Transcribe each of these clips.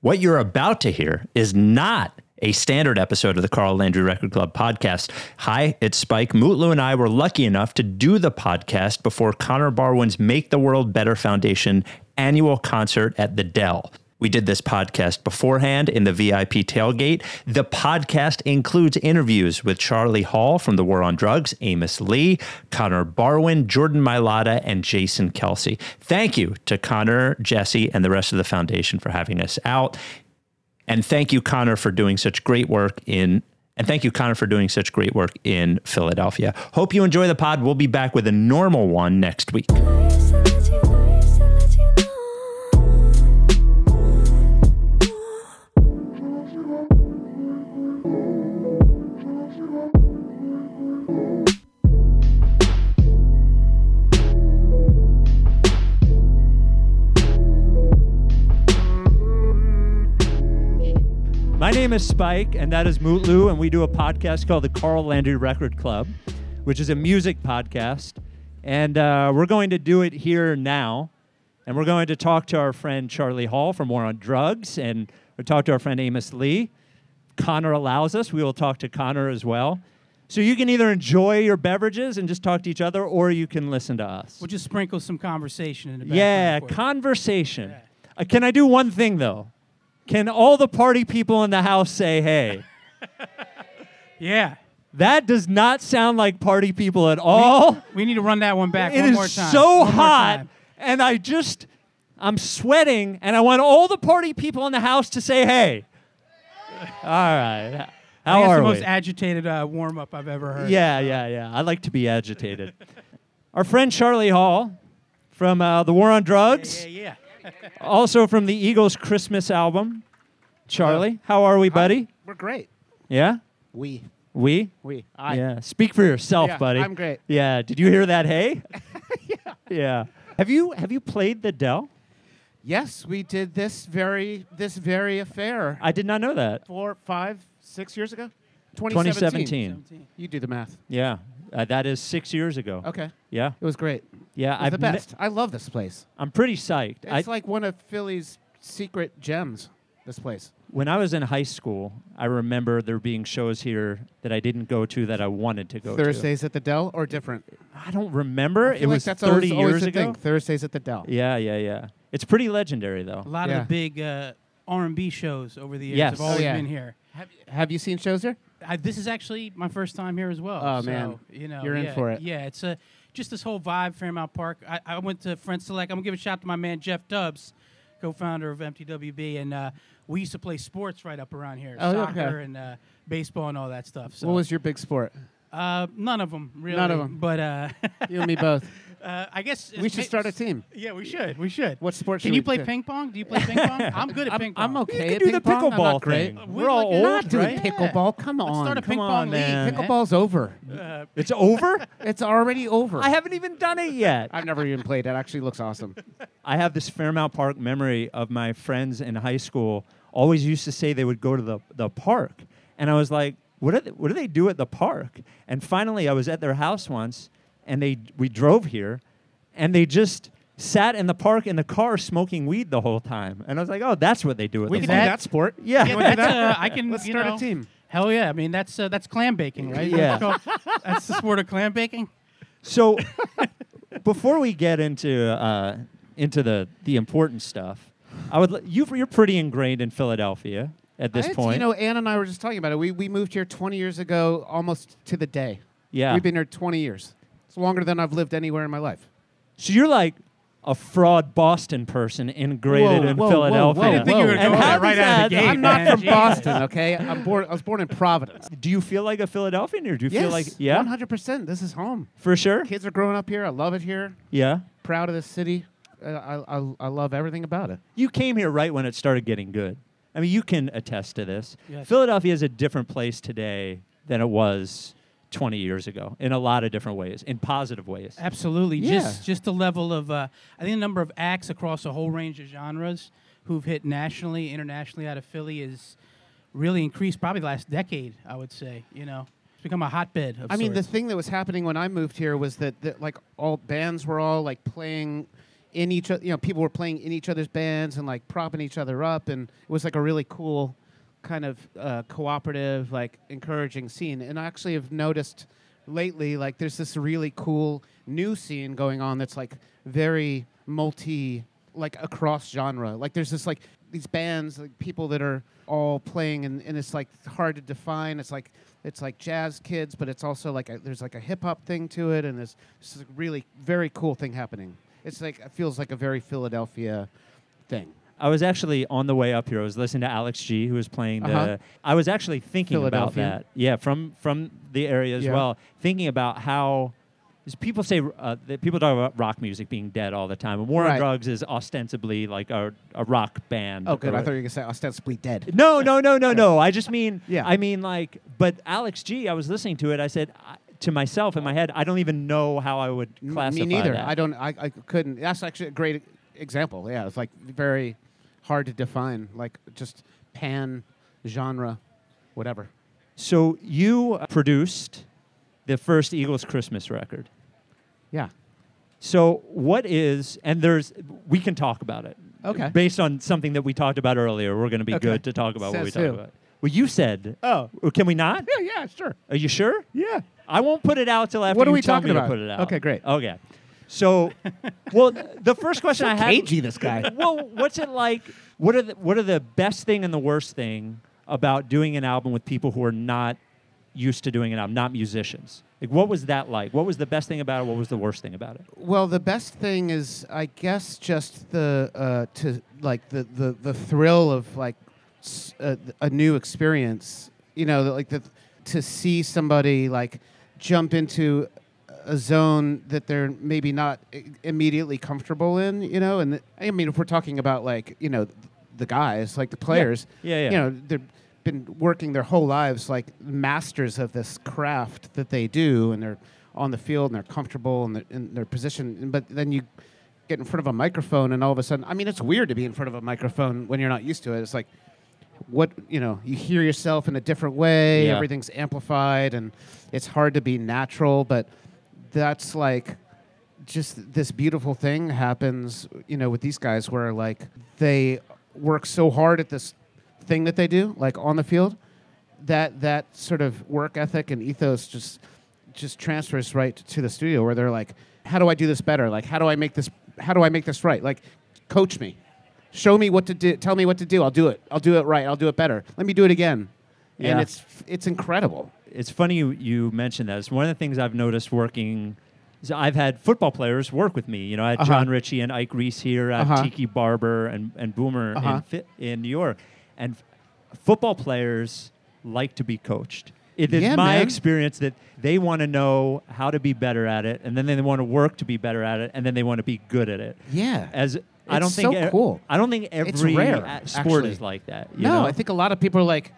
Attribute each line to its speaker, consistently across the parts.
Speaker 1: What you're about to hear is not a standard episode of the Carl Landry Record Club podcast. Hi, it's Spike. Mutlu and I were lucky enough to do the podcast before Connor Barwin's Make the World Better Foundation annual concert at the Dell. We did this podcast beforehand in the VIP tailgate. The podcast includes interviews with Charlie Hall from The War on Drugs, Amos Lee, Connor Barwin, Jordan Mailata, and Jason Kelsey. Thank you to Connor, Jesse, and the rest of the foundation for having us out. And thank you, Connor, for doing such great work in. And thank you, Connor, for doing such great work in Philadelphia. Hope you enjoy the pod. We'll be back with a normal one next week. My name is Spike, and that is Mutlu, and we do a podcast called the Carl Landry Record Club, which is a music podcast. And uh, we're going to do it here now. And we're going to talk to our friend Charlie Hall for more on drugs, and we'll talk to our friend Amos Lee. Connor allows us, we will talk to Connor as well. So you can either enjoy your beverages and just talk to each other, or you can listen to us.
Speaker 2: We'll just sprinkle some conversation in the background.
Speaker 1: Yeah,
Speaker 2: for you.
Speaker 1: conversation. Uh, can I do one thing though? Can all the party people in the house say hey?
Speaker 2: yeah.
Speaker 1: that does not sound like party people at all.
Speaker 2: We need to run that one back
Speaker 1: Oh. It
Speaker 2: one
Speaker 1: is
Speaker 2: more time.
Speaker 1: so
Speaker 2: One more
Speaker 1: hot
Speaker 2: time.
Speaker 1: and I just I'm sweating and I want all the party people in the house to say hey. All right.
Speaker 2: I
Speaker 1: How
Speaker 2: think it's
Speaker 1: are
Speaker 2: the
Speaker 1: we?
Speaker 2: most agitated uh, warm up I've ever heard.
Speaker 1: Yeah, yeah, yeah. I like to be agitated. Our friend Charlie Hall from uh, The War on Drugs,
Speaker 2: Yeah, yeah.
Speaker 1: also from the Eagles Christmas album. Charlie, how are we, buddy?
Speaker 3: We're great.
Speaker 1: Yeah?
Speaker 3: We.
Speaker 1: We?
Speaker 3: We. I.
Speaker 1: yeah. Speak for yourself,
Speaker 3: Yeah,
Speaker 1: buddy.
Speaker 3: I'm great.
Speaker 1: Yeah. Did you hear that? Hey. yeah. Have you have you played the Dell?
Speaker 3: Yes, we did this very this very affair
Speaker 1: I did not know that.
Speaker 3: four, five, six years ago.
Speaker 1: 2017.
Speaker 3: 2017. You do the math.
Speaker 1: Yeah. Uh, that is six years ago.
Speaker 3: Okay.
Speaker 1: Yeah.
Speaker 3: It was great.
Speaker 1: Yeah.
Speaker 3: It's
Speaker 1: I've
Speaker 3: the
Speaker 1: ne-
Speaker 3: best. I love this place.
Speaker 1: I'm pretty psyched. I-
Speaker 3: It's like one of Philly's secret gems. This place.
Speaker 1: when I was in high school, I remember there being shows here that I didn't go to that I wanted to go
Speaker 3: Thursdays at the Dell or different.
Speaker 1: to. I don't remember.
Speaker 3: I
Speaker 1: it
Speaker 3: feel like
Speaker 1: was
Speaker 3: that's
Speaker 1: 30
Speaker 3: always, always
Speaker 1: years
Speaker 3: the
Speaker 1: ago.
Speaker 3: Thing. Thursdays at the Dell.
Speaker 1: Yeah. Yeah. Yeah. It's pretty legendary
Speaker 2: A
Speaker 1: though.
Speaker 2: lot
Speaker 3: Yeah.
Speaker 2: of the big uh, R&B shows over the years
Speaker 1: Yes.
Speaker 2: have always
Speaker 3: Oh, yeah.
Speaker 2: been here.
Speaker 3: Have, have you seen shows here?
Speaker 2: I, this is actually my first time here as well.
Speaker 3: Oh,
Speaker 2: so,
Speaker 3: man.
Speaker 2: you know,
Speaker 3: You're in
Speaker 2: yeah,
Speaker 3: for it.
Speaker 2: Yeah, it's a just this whole vibe, Fairmount Park. I, I went to Friend Select. I'm gonna give a shout to my man Jeff Dubs, co-founder of MTWB, and uh, we used to play sports right up around here,
Speaker 3: Oh,
Speaker 2: soccer
Speaker 3: okay.
Speaker 2: and uh, baseball and all that stuff. So
Speaker 3: What was your big sport?
Speaker 2: uh, none of them really?
Speaker 3: None of 'em.
Speaker 2: But uh,
Speaker 3: You and me both.
Speaker 2: uh, I guess
Speaker 3: We should start a team.
Speaker 2: Yeah, we should. We should.
Speaker 3: What sport
Speaker 2: Can
Speaker 3: should
Speaker 2: you
Speaker 3: we
Speaker 2: play
Speaker 3: pick?
Speaker 2: ping pong? Do you play ping pong? I'm good at ping pong.
Speaker 3: I'm okay.
Speaker 1: You
Speaker 3: at
Speaker 1: could do the
Speaker 3: ping pong. I'm
Speaker 1: pickleball
Speaker 3: not great.
Speaker 1: thing.
Speaker 2: Uh,
Speaker 1: We're
Speaker 2: we're
Speaker 1: all
Speaker 2: like-
Speaker 1: old,
Speaker 2: We're
Speaker 3: Not doing
Speaker 1: right?
Speaker 3: pickleball. Come on.
Speaker 2: start a
Speaker 1: Come
Speaker 2: ping
Speaker 1: on,
Speaker 2: pong
Speaker 1: man.
Speaker 2: league.
Speaker 3: Pickleball's over.
Speaker 1: It's over.
Speaker 3: It's already over.
Speaker 1: I haven't even done it yet.
Speaker 3: I've never even played. It actually looks awesome.
Speaker 1: I have this Fairmount Park memory of my friends in high school always used to say they would go to the, the park. And I was like, what, are they, what do they do at the park? And finally, I was at their house once, and they we drove here, and they just sat in the park in the car smoking weed the whole time. And I was like, oh, that's what they do at
Speaker 3: We
Speaker 1: the
Speaker 3: can
Speaker 1: park.
Speaker 3: do that sport.
Speaker 1: Yeah.
Speaker 2: Yeah, that's, uh, I can.
Speaker 3: Let's
Speaker 2: you
Speaker 3: start a
Speaker 2: know,
Speaker 3: team.
Speaker 2: Hell yeah! I mean, that's uh, that's clam baking, right?
Speaker 1: Yeah.
Speaker 2: That's called- that's the sport of clam baking.
Speaker 1: So, before we get into uh, into the the important stuff, I would l- you you're pretty ingrained in Philadelphia at this
Speaker 3: I-
Speaker 1: point.
Speaker 3: You know, Ann and I were just talking about it. We, we moved here 20 years ago, almost to the day.
Speaker 1: Yeah.
Speaker 3: We've been here 20 years. It's longer than I've lived anywhere in my life.
Speaker 1: So you're like a fraud Boston person integrated
Speaker 3: Whoa,
Speaker 1: in
Speaker 3: whoa, whoa,
Speaker 1: Philadelphia.
Speaker 3: whoa. I didn't think you were gonna
Speaker 1: And
Speaker 3: go
Speaker 1: how
Speaker 3: there
Speaker 2: right
Speaker 1: does
Speaker 2: out of the
Speaker 1: that-
Speaker 2: Hey, gate.
Speaker 3: I'm not
Speaker 2: man,
Speaker 3: from
Speaker 2: geez.
Speaker 3: Boston, okay? I'm born, I was born in Providence.
Speaker 1: Do you feel like a Philadelphian or do you feel
Speaker 3: Yes,
Speaker 1: like yeah?
Speaker 3: 100%. This is home.
Speaker 1: For sure?
Speaker 3: Kids are growing up here. I love it here.
Speaker 1: Yeah.
Speaker 3: Proud of this city. Uh, I, I, I love everything about it.
Speaker 1: You came here right when it started getting good. I mean, you can attest to this.
Speaker 2: Yes.
Speaker 1: Philadelphia is a different place today than it was 20 years ago in a lot of different ways, in positive ways.
Speaker 2: Absolutely.
Speaker 3: Yeah.
Speaker 2: Just just the level of uh, I think the number of acts across a whole range of genres who've hit nationally, internationally out of Philly is really increased probably the last decade, I would say, you know. It's become a hotbed of
Speaker 3: I mean, the
Speaker 2: sorts.
Speaker 3: thing that was happening when I moved here was that, that like all bands were all like playing in each other. You know, people were playing in each other's bands and like propping each other up, and it was like a really cool kind of uh, cooperative, like encouraging scene. And I actually have noticed lately, like there's this really cool new scene going on that's like very multi, like across genre. Like there's this like these bands, like people that are all playing, and, and it's like hard to define. It's like it's like jazz kids, but it's also like a, there's like a hip hop thing to it, and there's this is a really very cool thing happening. It's like it feels like a very Philadelphia thing.
Speaker 1: I was actually on the way up here. I was listening to Alex G, who was playing the.
Speaker 3: Uh-huh.
Speaker 1: I was actually thinking about
Speaker 3: Philadelphia.
Speaker 1: that. Yeah, from from the area as
Speaker 3: Yeah.
Speaker 1: well. Thinking about how, 'cause people say uh, that people talk about rock music being dead all the time. And War on
Speaker 3: Right.
Speaker 1: Drugs is ostensibly like a, a rock band.
Speaker 3: Oh, good.
Speaker 1: or-
Speaker 3: I thought you were gonna say ostensibly dead.
Speaker 1: no, no, no, no, no. I just mean,
Speaker 3: Yeah.
Speaker 1: I mean, like, but Alex G, I was listening to it. I said I, to myself in my head, I don't even know how I would
Speaker 3: M-
Speaker 1: classify
Speaker 3: Me neither.
Speaker 1: that.
Speaker 3: I don't. I, I couldn't. That's actually a great example. Yeah, it's like very hard to define. Like just pan genre, whatever.
Speaker 1: So you produced the first Eagles Christmas record.
Speaker 3: Yeah.
Speaker 1: So what is and there's we can talk about it.
Speaker 3: Okay.
Speaker 1: Based on something that we talked about earlier, we're going to be
Speaker 3: Okay.
Speaker 1: good to talk about what we
Speaker 3: Says
Speaker 1: talked
Speaker 3: who?
Speaker 1: about. Well, you said.
Speaker 3: Oh.
Speaker 1: Or Can we not?
Speaker 3: Yeah. Yeah. Sure.
Speaker 1: Are you sure?
Speaker 3: Yeah.
Speaker 1: I won't put it out till after
Speaker 3: What are
Speaker 1: you
Speaker 3: we
Speaker 1: tell
Speaker 3: talking
Speaker 1: me
Speaker 3: about?
Speaker 1: to put it out.
Speaker 3: Okay, great.
Speaker 1: Okay. So, well, the first question I had.
Speaker 3: Cagey, this guy.
Speaker 1: Well, what's it like? What are the, what are the best thing and the worst thing about doing an album with people who are not used to doing an album, not musicians? Like, what was that like? What was the best thing about it? What was the worst thing about it?
Speaker 3: Well, the best thing is, I guess, just the uh, to like the, the the thrill of like s- a, a new experience. You know, like the to see somebody like jump into a zone that they're maybe not i- immediately comfortable in. You know, and I mean, if we're talking about like you know the guys, like the players,
Speaker 1: Yeah, yeah.
Speaker 3: you know, they've been working their whole lives like masters of this craft that they do, and they're on the field and they're comfortable in, their in their position. And- But then you get in front of a microphone, and all of a sudden, I mean, it's weird to be in front of a microphone when you're not used to it. It's like, what you know, you hear yourself in a different way.
Speaker 1: Yeah.
Speaker 3: Everything's amplified, and it's hard to be natural. But that's like just this beautiful thing happens, you know, with these guys where like they work so hard at this thing that they do, like on the field, that that sort of work ethic and ethos just just transfers right to the studio where they're like, how do I do this better? Like, how do I make this? How do I make this right? Like, coach me, show me what to do, tell me what to do. I'll do it. I'll do it right. I'll do it better. Let me do it again.
Speaker 1: Yeah.
Speaker 3: And it's it's incredible.
Speaker 1: it's funny you, you mentioned that. It's one of the things I've noticed working. is I've had football players work with me. You know, I had
Speaker 3: Uh-huh.
Speaker 1: John Ritchie and Ike Reese here. I had
Speaker 3: Uh-huh.
Speaker 1: Tiki Barber and, and Boomer
Speaker 3: Uh-huh.
Speaker 1: in, fi- in New York. And f- football players like to be coached. It is
Speaker 3: Yeah,
Speaker 1: my
Speaker 3: man.
Speaker 1: experience that they want to know how to be better at it, and then they want to work to be better at it, and then they want to be good at it.
Speaker 3: Yeah.
Speaker 1: As I
Speaker 3: It's
Speaker 1: don't think
Speaker 3: so
Speaker 1: e-
Speaker 3: cool.
Speaker 1: I don't think every
Speaker 3: It's rare,
Speaker 1: a- sport
Speaker 3: actually.
Speaker 1: is like that. you
Speaker 3: no,
Speaker 1: know?
Speaker 3: I think a lot of people are like,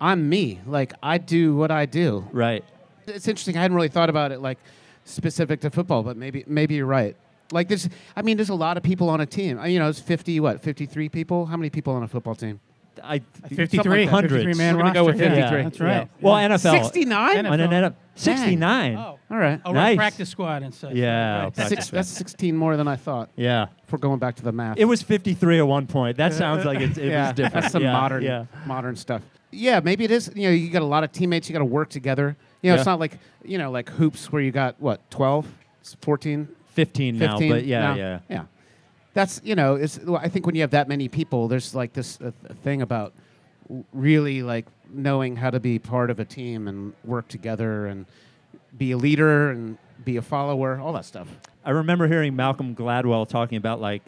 Speaker 3: I'm me. Like, I do what I do.
Speaker 1: right.
Speaker 3: It's interesting. I hadn't really thought about it like specific to football, but maybe maybe you're right. Like there's, I mean, there's a lot of people on a team. I- You know, it's 50 what, 53 people. How many people on a football team?
Speaker 1: I
Speaker 2: 53.
Speaker 1: Something like that.
Speaker 2: 53 man
Speaker 3: We're gonna
Speaker 2: roster.
Speaker 3: go with
Speaker 2: yeah.
Speaker 3: 53.
Speaker 2: That's right.
Speaker 1: Well, NFL.
Speaker 3: 69?
Speaker 1: On an
Speaker 2: NFL.
Speaker 1: NFL. 69.
Speaker 2: Oh.
Speaker 3: All right.
Speaker 2: Oh,
Speaker 1: Nice.
Speaker 2: right, practice squad and such.
Speaker 1: Yeah,
Speaker 2: Right.
Speaker 1: practice.
Speaker 3: Six, that's 16 more than I thought.
Speaker 1: Yeah.
Speaker 3: If we're going back to the math.
Speaker 1: It was 53 at one point. That sounds like it's, it was different.
Speaker 3: That's some
Speaker 1: yeah.
Speaker 3: modern
Speaker 1: Yeah.
Speaker 3: modern stuff. Yeah, maybe it is. You know, you got a lot of teammates. You got to work together. You know,
Speaker 1: Yeah.
Speaker 3: it's not like you know, like hoops where you got what 12, 14,
Speaker 1: 15 now,
Speaker 3: 15
Speaker 1: but yeah,
Speaker 3: now?
Speaker 1: yeah.
Speaker 3: yeah. That's you know, it's. well, I think when you have that many people, there's like this uh, thing about w- really like knowing how to be part of a team and work together and be a leader and be a follower, all that stuff.
Speaker 1: I remember hearing Malcolm Gladwell talking about like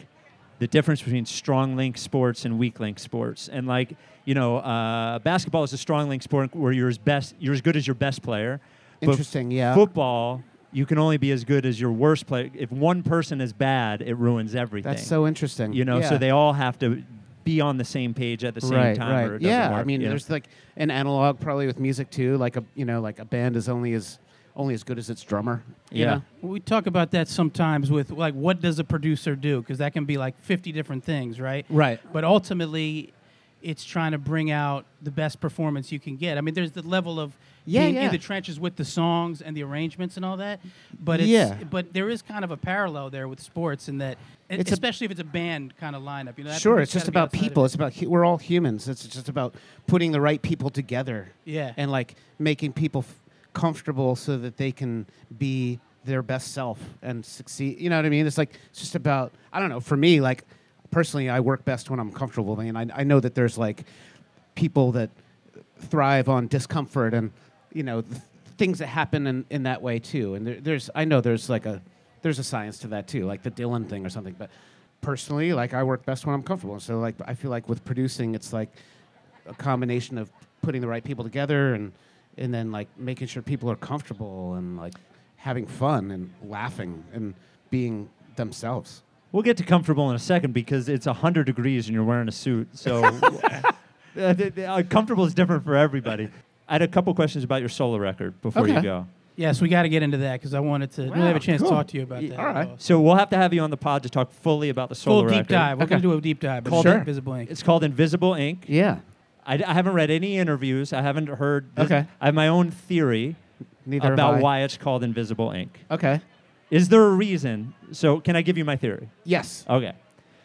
Speaker 1: the difference between strong link sports and weak link sports, and like you know, uh, basketball is a strong link sport where you're as best, you're as good as your best player. But
Speaker 3: Interesting, yeah.
Speaker 1: Football, you can only be as good as your worst player. If one person is bad, it ruins everything.
Speaker 3: That's so interesting.
Speaker 1: you know
Speaker 3: Yeah.
Speaker 1: so they all have to be on the same page at the same
Speaker 3: right,
Speaker 1: time
Speaker 3: Right.
Speaker 1: or it doesn't
Speaker 3: yeah, I
Speaker 1: work,
Speaker 3: mean,
Speaker 1: you know?
Speaker 3: there's like an analog probably with music too. Like a you know, like a band is only as only as good as its drummer. you
Speaker 1: Yeah.
Speaker 3: know?
Speaker 2: We talk about that sometimes with like what does a producer do because that can be like 50 different things, right?
Speaker 3: Right.
Speaker 2: But ultimately, it's trying to bring out the best performance you can get. I mean, there's the level of
Speaker 3: Yeah,
Speaker 2: being
Speaker 3: yeah.
Speaker 2: in the trenches with the songs and the arrangements and all that, but it's,
Speaker 3: Yeah.
Speaker 2: but there is kind of a parallel there with sports in that, and
Speaker 3: It's a-
Speaker 2: especially if it's a band kind of lineup. You know, that
Speaker 3: sure,
Speaker 2: music's
Speaker 3: it's just
Speaker 2: gotta be
Speaker 3: about
Speaker 2: outside of
Speaker 3: people.
Speaker 2: it.
Speaker 3: It's about hu- we're all humans. It's just about putting the right people together.
Speaker 2: Yeah.
Speaker 3: and like making people f- comfortable so that they can be their best self and succeed. You know what I mean? It's like it's just about I don't know. For me, like personally, I work best when I'm comfortable, and I, I know that there's like people that thrive on discomfort and you know th- things that happen in, in that way too. And there, there's I know there's like a there's a science to that too, like the Dylan thing or something. But personally, like I work best when I'm comfortable. So like I feel like with producing, it's like a combination of putting the right people together and and then like making sure people are comfortable and like having fun and laughing and being themselves.
Speaker 1: We'll get to comfortable in a second because it's 100 degrees and you're wearing a suit. So Uh, th- th- uh, comfortable is different for everybody. I had a couple questions about your solo record before you
Speaker 3: Okay.
Speaker 1: go.
Speaker 2: Yes, we got to get into that because I wanted to really
Speaker 3: Wow,
Speaker 2: have a chance
Speaker 3: cool.
Speaker 2: to talk to you about
Speaker 3: Yeah,
Speaker 2: that.
Speaker 3: all
Speaker 2: at
Speaker 3: right.
Speaker 1: So we'll have to have you on the pod to talk fully about the solo
Speaker 2: Full deep
Speaker 1: record.
Speaker 2: dive. We're
Speaker 3: Okay.
Speaker 2: going to do a deep dive.
Speaker 1: Called
Speaker 2: Called
Speaker 3: it-
Speaker 2: Invisible Ink.
Speaker 1: It's called Invisible Ink.
Speaker 3: Yeah.
Speaker 1: I, d- I haven't read any interviews. I haven't heard. this-
Speaker 3: Okay.
Speaker 1: I have my own theory
Speaker 3: Neither
Speaker 1: about
Speaker 3: have I.
Speaker 1: why it's called Invisible Ink.
Speaker 3: Okay.
Speaker 1: Is there a reason? So can I give you my theory?
Speaker 3: Yes.
Speaker 1: Okay.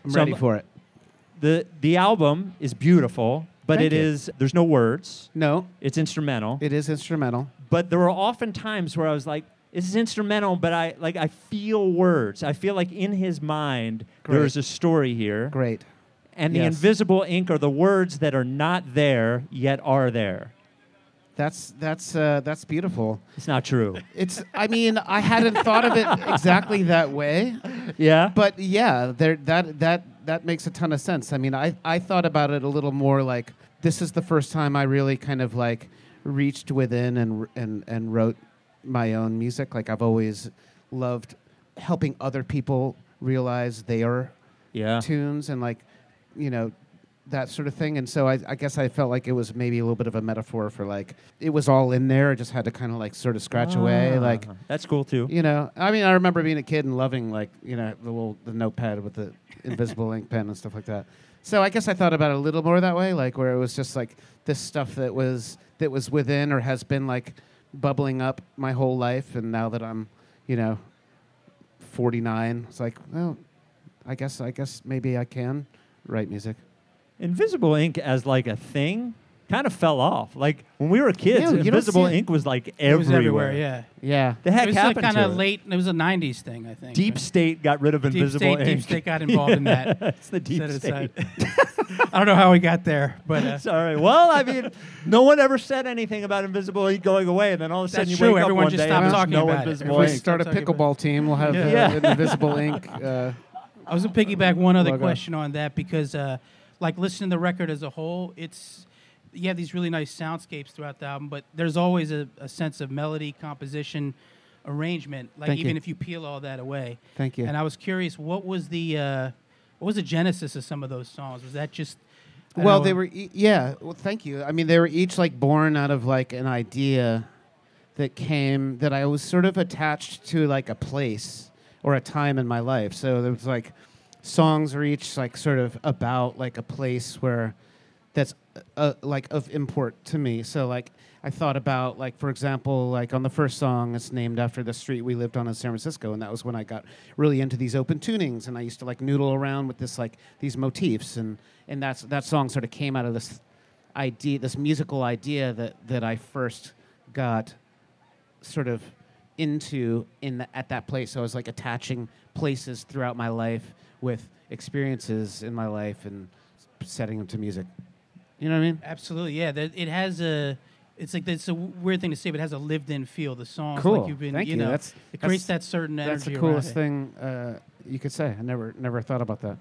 Speaker 3: I'm
Speaker 1: So
Speaker 3: ready for it.
Speaker 1: the the album is beautiful, but
Speaker 3: Thank
Speaker 1: it
Speaker 3: you.
Speaker 1: is there's no words.
Speaker 3: No,
Speaker 1: It's instrumental.
Speaker 3: it is instrumental.
Speaker 1: but there were often times where I was like, "This is instrumental," but I like I feel words. I feel like in his mind there
Speaker 3: Great.
Speaker 1: is a story here,
Speaker 3: Great.
Speaker 1: and the
Speaker 3: Yes.
Speaker 1: invisible ink are the words that are not there yet are there.
Speaker 3: That's that's uh, that's beautiful.
Speaker 1: It's not true.
Speaker 3: It's I mean, I hadn't thought of it exactly that way.
Speaker 1: yeah,
Speaker 3: But yeah, there that that that makes a ton of sense. I mean, I I thought about it a little more like this is the first time I really kind of like reached within and and and wrote my own music. Like I've always loved helping other people realize they are
Speaker 1: yeah.
Speaker 3: tunes and like you know that sort of thing and so I, I guess i felt like it was maybe a little bit of a metaphor for like it was all in there i just had to kind of like sort of scratch away
Speaker 1: Ah,
Speaker 3: like
Speaker 1: that's cool too.
Speaker 3: you know i mean i remember being a kid and loving like you know the little the notepad with the invisible ink pen and stuff like that so i guess i thought about it a little more that way like where it was just like this stuff that was that was within or has been like bubbling up my whole life and now that i'm you know 49 it's like well i guess i guess maybe i can write music
Speaker 1: Invisible ink as like a thing kind of fell off. Like when we were kids,
Speaker 3: Yeah, you don't
Speaker 1: invisible
Speaker 3: see it.
Speaker 1: ink was like
Speaker 2: It
Speaker 1: everywhere.
Speaker 2: was everywhere, yeah.
Speaker 3: yeah
Speaker 1: The heck
Speaker 2: it was
Speaker 1: happened
Speaker 2: kind
Speaker 1: to
Speaker 2: of
Speaker 1: it?
Speaker 2: late. It was a '90s thing, I think.
Speaker 1: Deep
Speaker 2: right?
Speaker 1: State got rid of
Speaker 2: Deep
Speaker 1: invisible
Speaker 2: State.
Speaker 1: ink.
Speaker 2: Deep State got involved in that.
Speaker 1: It's the deep
Speaker 2: Set it
Speaker 1: state.
Speaker 2: aside. I don't know how we got there, but uh,
Speaker 1: Sorry. Well, I mean, no one ever said anything about invisible ink going away, and then all of a sudden
Speaker 2: That's
Speaker 1: you
Speaker 2: true.
Speaker 1: wake up
Speaker 2: Everyone
Speaker 1: one
Speaker 2: just
Speaker 1: day and
Speaker 2: stopped
Speaker 1: there's
Speaker 2: talking
Speaker 1: no
Speaker 2: about it.
Speaker 1: invisible
Speaker 3: if we
Speaker 2: Boy.
Speaker 1: ink.
Speaker 3: start a
Speaker 2: Talk about-
Speaker 3: pickleball team we'll have
Speaker 1: Yeah.
Speaker 3: Uh, an invisible ink uh,
Speaker 2: I was gonna piggyback one other
Speaker 3: Well, go.
Speaker 2: question on that because, uh, like, listening to the record as a whole, it's you have these really nice soundscapes throughout the album, but there's always a, a sense of melody, composition, arrangement. Like,
Speaker 3: Thank
Speaker 2: even
Speaker 3: you.
Speaker 2: if you peel all that away.
Speaker 3: thank you
Speaker 2: And I was curious, what was the uh, what was the genesis of some of those songs? Was that just I don't
Speaker 3: Well,
Speaker 2: know,
Speaker 3: they were, e- yeah. Well, thank you. I mean, they were each like born out of like an idea that came that I was sort of attached to like a place or a time in my life. So there was like songs were each like sort of about like a place where that's uh, like of import to me. So like I thought about like for example like on the first song it's named after the street we lived on in San Francisco and that was when I got really into these open tunings and I used to like noodle around with this like these motifs and and that's that song sort of came out of this idea this musical idea that that I first got sort of into in the, at that place. So I was like attaching places throughout my life with experiences in my life and s- setting them to music. You know what I mean?
Speaker 2: Absolutely, yeah. There- It has a. It's like it's a w- weird thing to say, but it has a lived-in feel. The songs,
Speaker 3: Cool.
Speaker 2: like you've been,
Speaker 3: Thank
Speaker 2: you
Speaker 3: you.
Speaker 2: know,
Speaker 3: That's-
Speaker 2: it
Speaker 3: that's-
Speaker 2: creates that certain energy.
Speaker 3: That's the
Speaker 2: around
Speaker 3: coolest
Speaker 2: it.
Speaker 3: thing uh, you could say. I never never thought about that.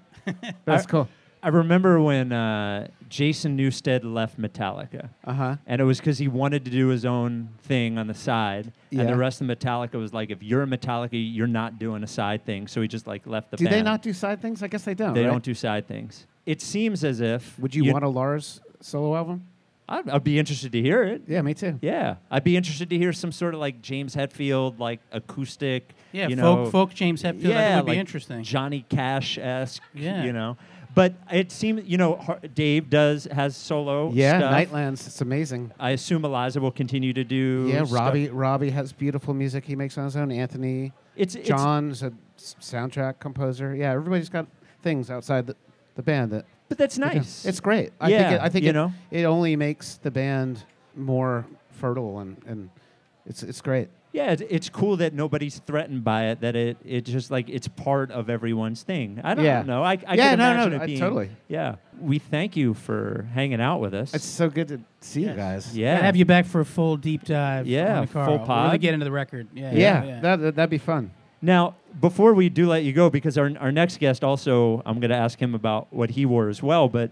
Speaker 3: That's cool.
Speaker 1: I remember when uh, Jason Newsted left Metallica,
Speaker 3: Uh huh.
Speaker 1: and it was because he wanted to do his own thing on the side, and
Speaker 3: Yeah.
Speaker 1: the rest of Metallica was like, if you're a Metallica, you're not doing a side thing. So he just like left the
Speaker 3: Do
Speaker 1: band.
Speaker 3: they not do side things? I guess they don't.
Speaker 1: They
Speaker 3: right?
Speaker 1: don't do side things. It seems as if
Speaker 3: Would you, want a Lars solo album?
Speaker 1: I'd, I'd be interested to hear it.
Speaker 3: Yeah, me too.
Speaker 1: Yeah, I'd be interested to hear some sort of like James Hetfield, like acoustic.
Speaker 2: Yeah,
Speaker 1: you
Speaker 2: folk,
Speaker 1: know,
Speaker 2: folk James Hetfield. I think
Speaker 1: yeah,
Speaker 2: would be
Speaker 1: like
Speaker 2: interesting.
Speaker 1: Johnny Cash esque.
Speaker 2: Yeah.
Speaker 1: you know. But it seems, you know, Har- Dave does has solo
Speaker 3: Yeah,
Speaker 1: stuff.
Speaker 3: Nightlands. It's amazing.
Speaker 1: I assume Eliza will continue to do.
Speaker 3: Yeah,
Speaker 1: stuff.
Speaker 3: Robbie Robbie has beautiful music he makes on his own. Anthony
Speaker 1: It's, it's
Speaker 3: John's a s- soundtrack composer. Yeah, everybody's got things outside the, the band that
Speaker 1: but that's nice.
Speaker 3: It's great. I
Speaker 1: Yeah,
Speaker 3: think it, I think
Speaker 1: you
Speaker 3: it,
Speaker 1: know?
Speaker 3: it only makes the band more fertile and, and it's it's great.
Speaker 1: yeah, it, it's cool that nobody's threatened by it. That it it just like it's part of everyone's thing. I don't
Speaker 3: Yeah.
Speaker 1: know. I, I
Speaker 3: Yeah,
Speaker 1: can
Speaker 3: no, no,
Speaker 1: imagine
Speaker 3: I-
Speaker 1: it being
Speaker 3: totally.
Speaker 1: Yeah, we thank you for hanging out with us.
Speaker 3: It's so good to see you
Speaker 2: Yes.
Speaker 3: guys.
Speaker 1: yeah,
Speaker 2: I'd have you back for a full deep dive.
Speaker 1: Yeah,
Speaker 2: on the car.
Speaker 1: full
Speaker 2: We'll really
Speaker 1: pod.
Speaker 2: get into the record. Yeah,
Speaker 3: Yeah, That, that- that'd be fun.
Speaker 1: Now, before we do let you go, because our, our next guest also, I'm going to ask him about what he wore as well, but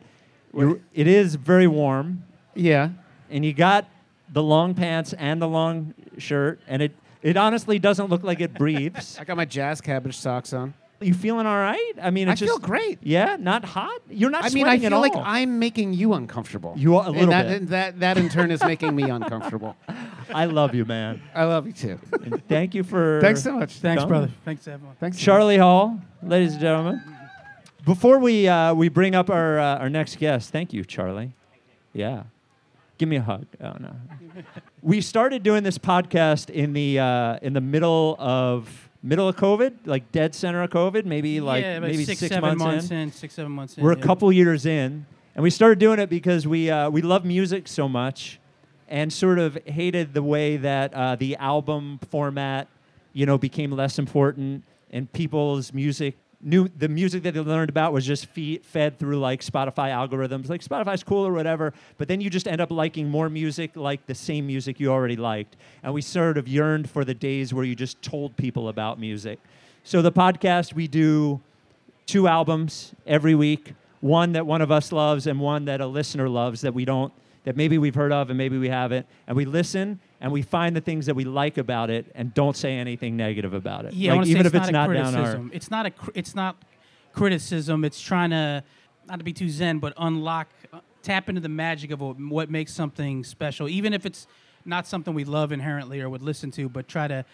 Speaker 1: you're- it is very warm,
Speaker 3: Yeah.
Speaker 1: and you got the long pants and the long shirt, and it, it honestly doesn't look like it breathes.
Speaker 3: I got my jazz cabbage socks on.
Speaker 1: you feeling all right? I mean,
Speaker 3: I
Speaker 1: it's just.
Speaker 3: feel great.
Speaker 1: Yeah, not hot? You're not
Speaker 3: I mean,
Speaker 1: sweating
Speaker 3: I feel
Speaker 1: at
Speaker 3: like
Speaker 1: all.
Speaker 3: I'm making you uncomfortable.
Speaker 1: You are a little
Speaker 3: and that,
Speaker 1: bit.
Speaker 3: And that, that in turn is making me uncomfortable.
Speaker 1: I love you, man.
Speaker 3: I love you too.
Speaker 1: And thank you for.
Speaker 3: Thanks so much.
Speaker 2: Thanks,
Speaker 1: Done.
Speaker 2: brother. Thanks, everyone.
Speaker 3: Thanks.
Speaker 1: Charlie Hall, ladies and gentlemen. Before we uh, we bring up our uh, our next guest, thank you, Charlie. Yeah, give me a hug. Oh no, we started doing this podcast in the uh, in the middle of middle of COVID, like dead center of COVID, maybe like
Speaker 2: yeah, about
Speaker 1: maybe
Speaker 2: six,
Speaker 1: six,
Speaker 2: seven
Speaker 1: months, in.
Speaker 2: Six, seven months in.
Speaker 1: We're a
Speaker 2: yeah.
Speaker 1: couple years in, and we started doing it because we uh, we love music so much, and sort of hated the way that uh, the album format, you know, became less important, and people's music knew the music that they learned about was just feed, fed through like Spotify algorithms, like Spotify's cool or whatever. But then you just end up liking more music, like the same music you already liked, and we sort of yearned for the days where you just told people about music. So the podcast we do two albums every week one that one of us loves and one that a listener loves that we don't that maybe we've heard of and maybe we haven't and we listen and we find the things that we like about it and don't say anything negative about it
Speaker 2: Yeah, I
Speaker 1: like,
Speaker 2: wanna
Speaker 1: even
Speaker 2: say
Speaker 1: if it's
Speaker 2: a
Speaker 1: not down
Speaker 2: criticism.
Speaker 1: our
Speaker 2: It's not a. Cr- it's not criticism. It's trying to not to be too zen, but unlock, uh, tap into the magic of what, what makes something special, even if it's not something we love inherently or would listen to. But try to.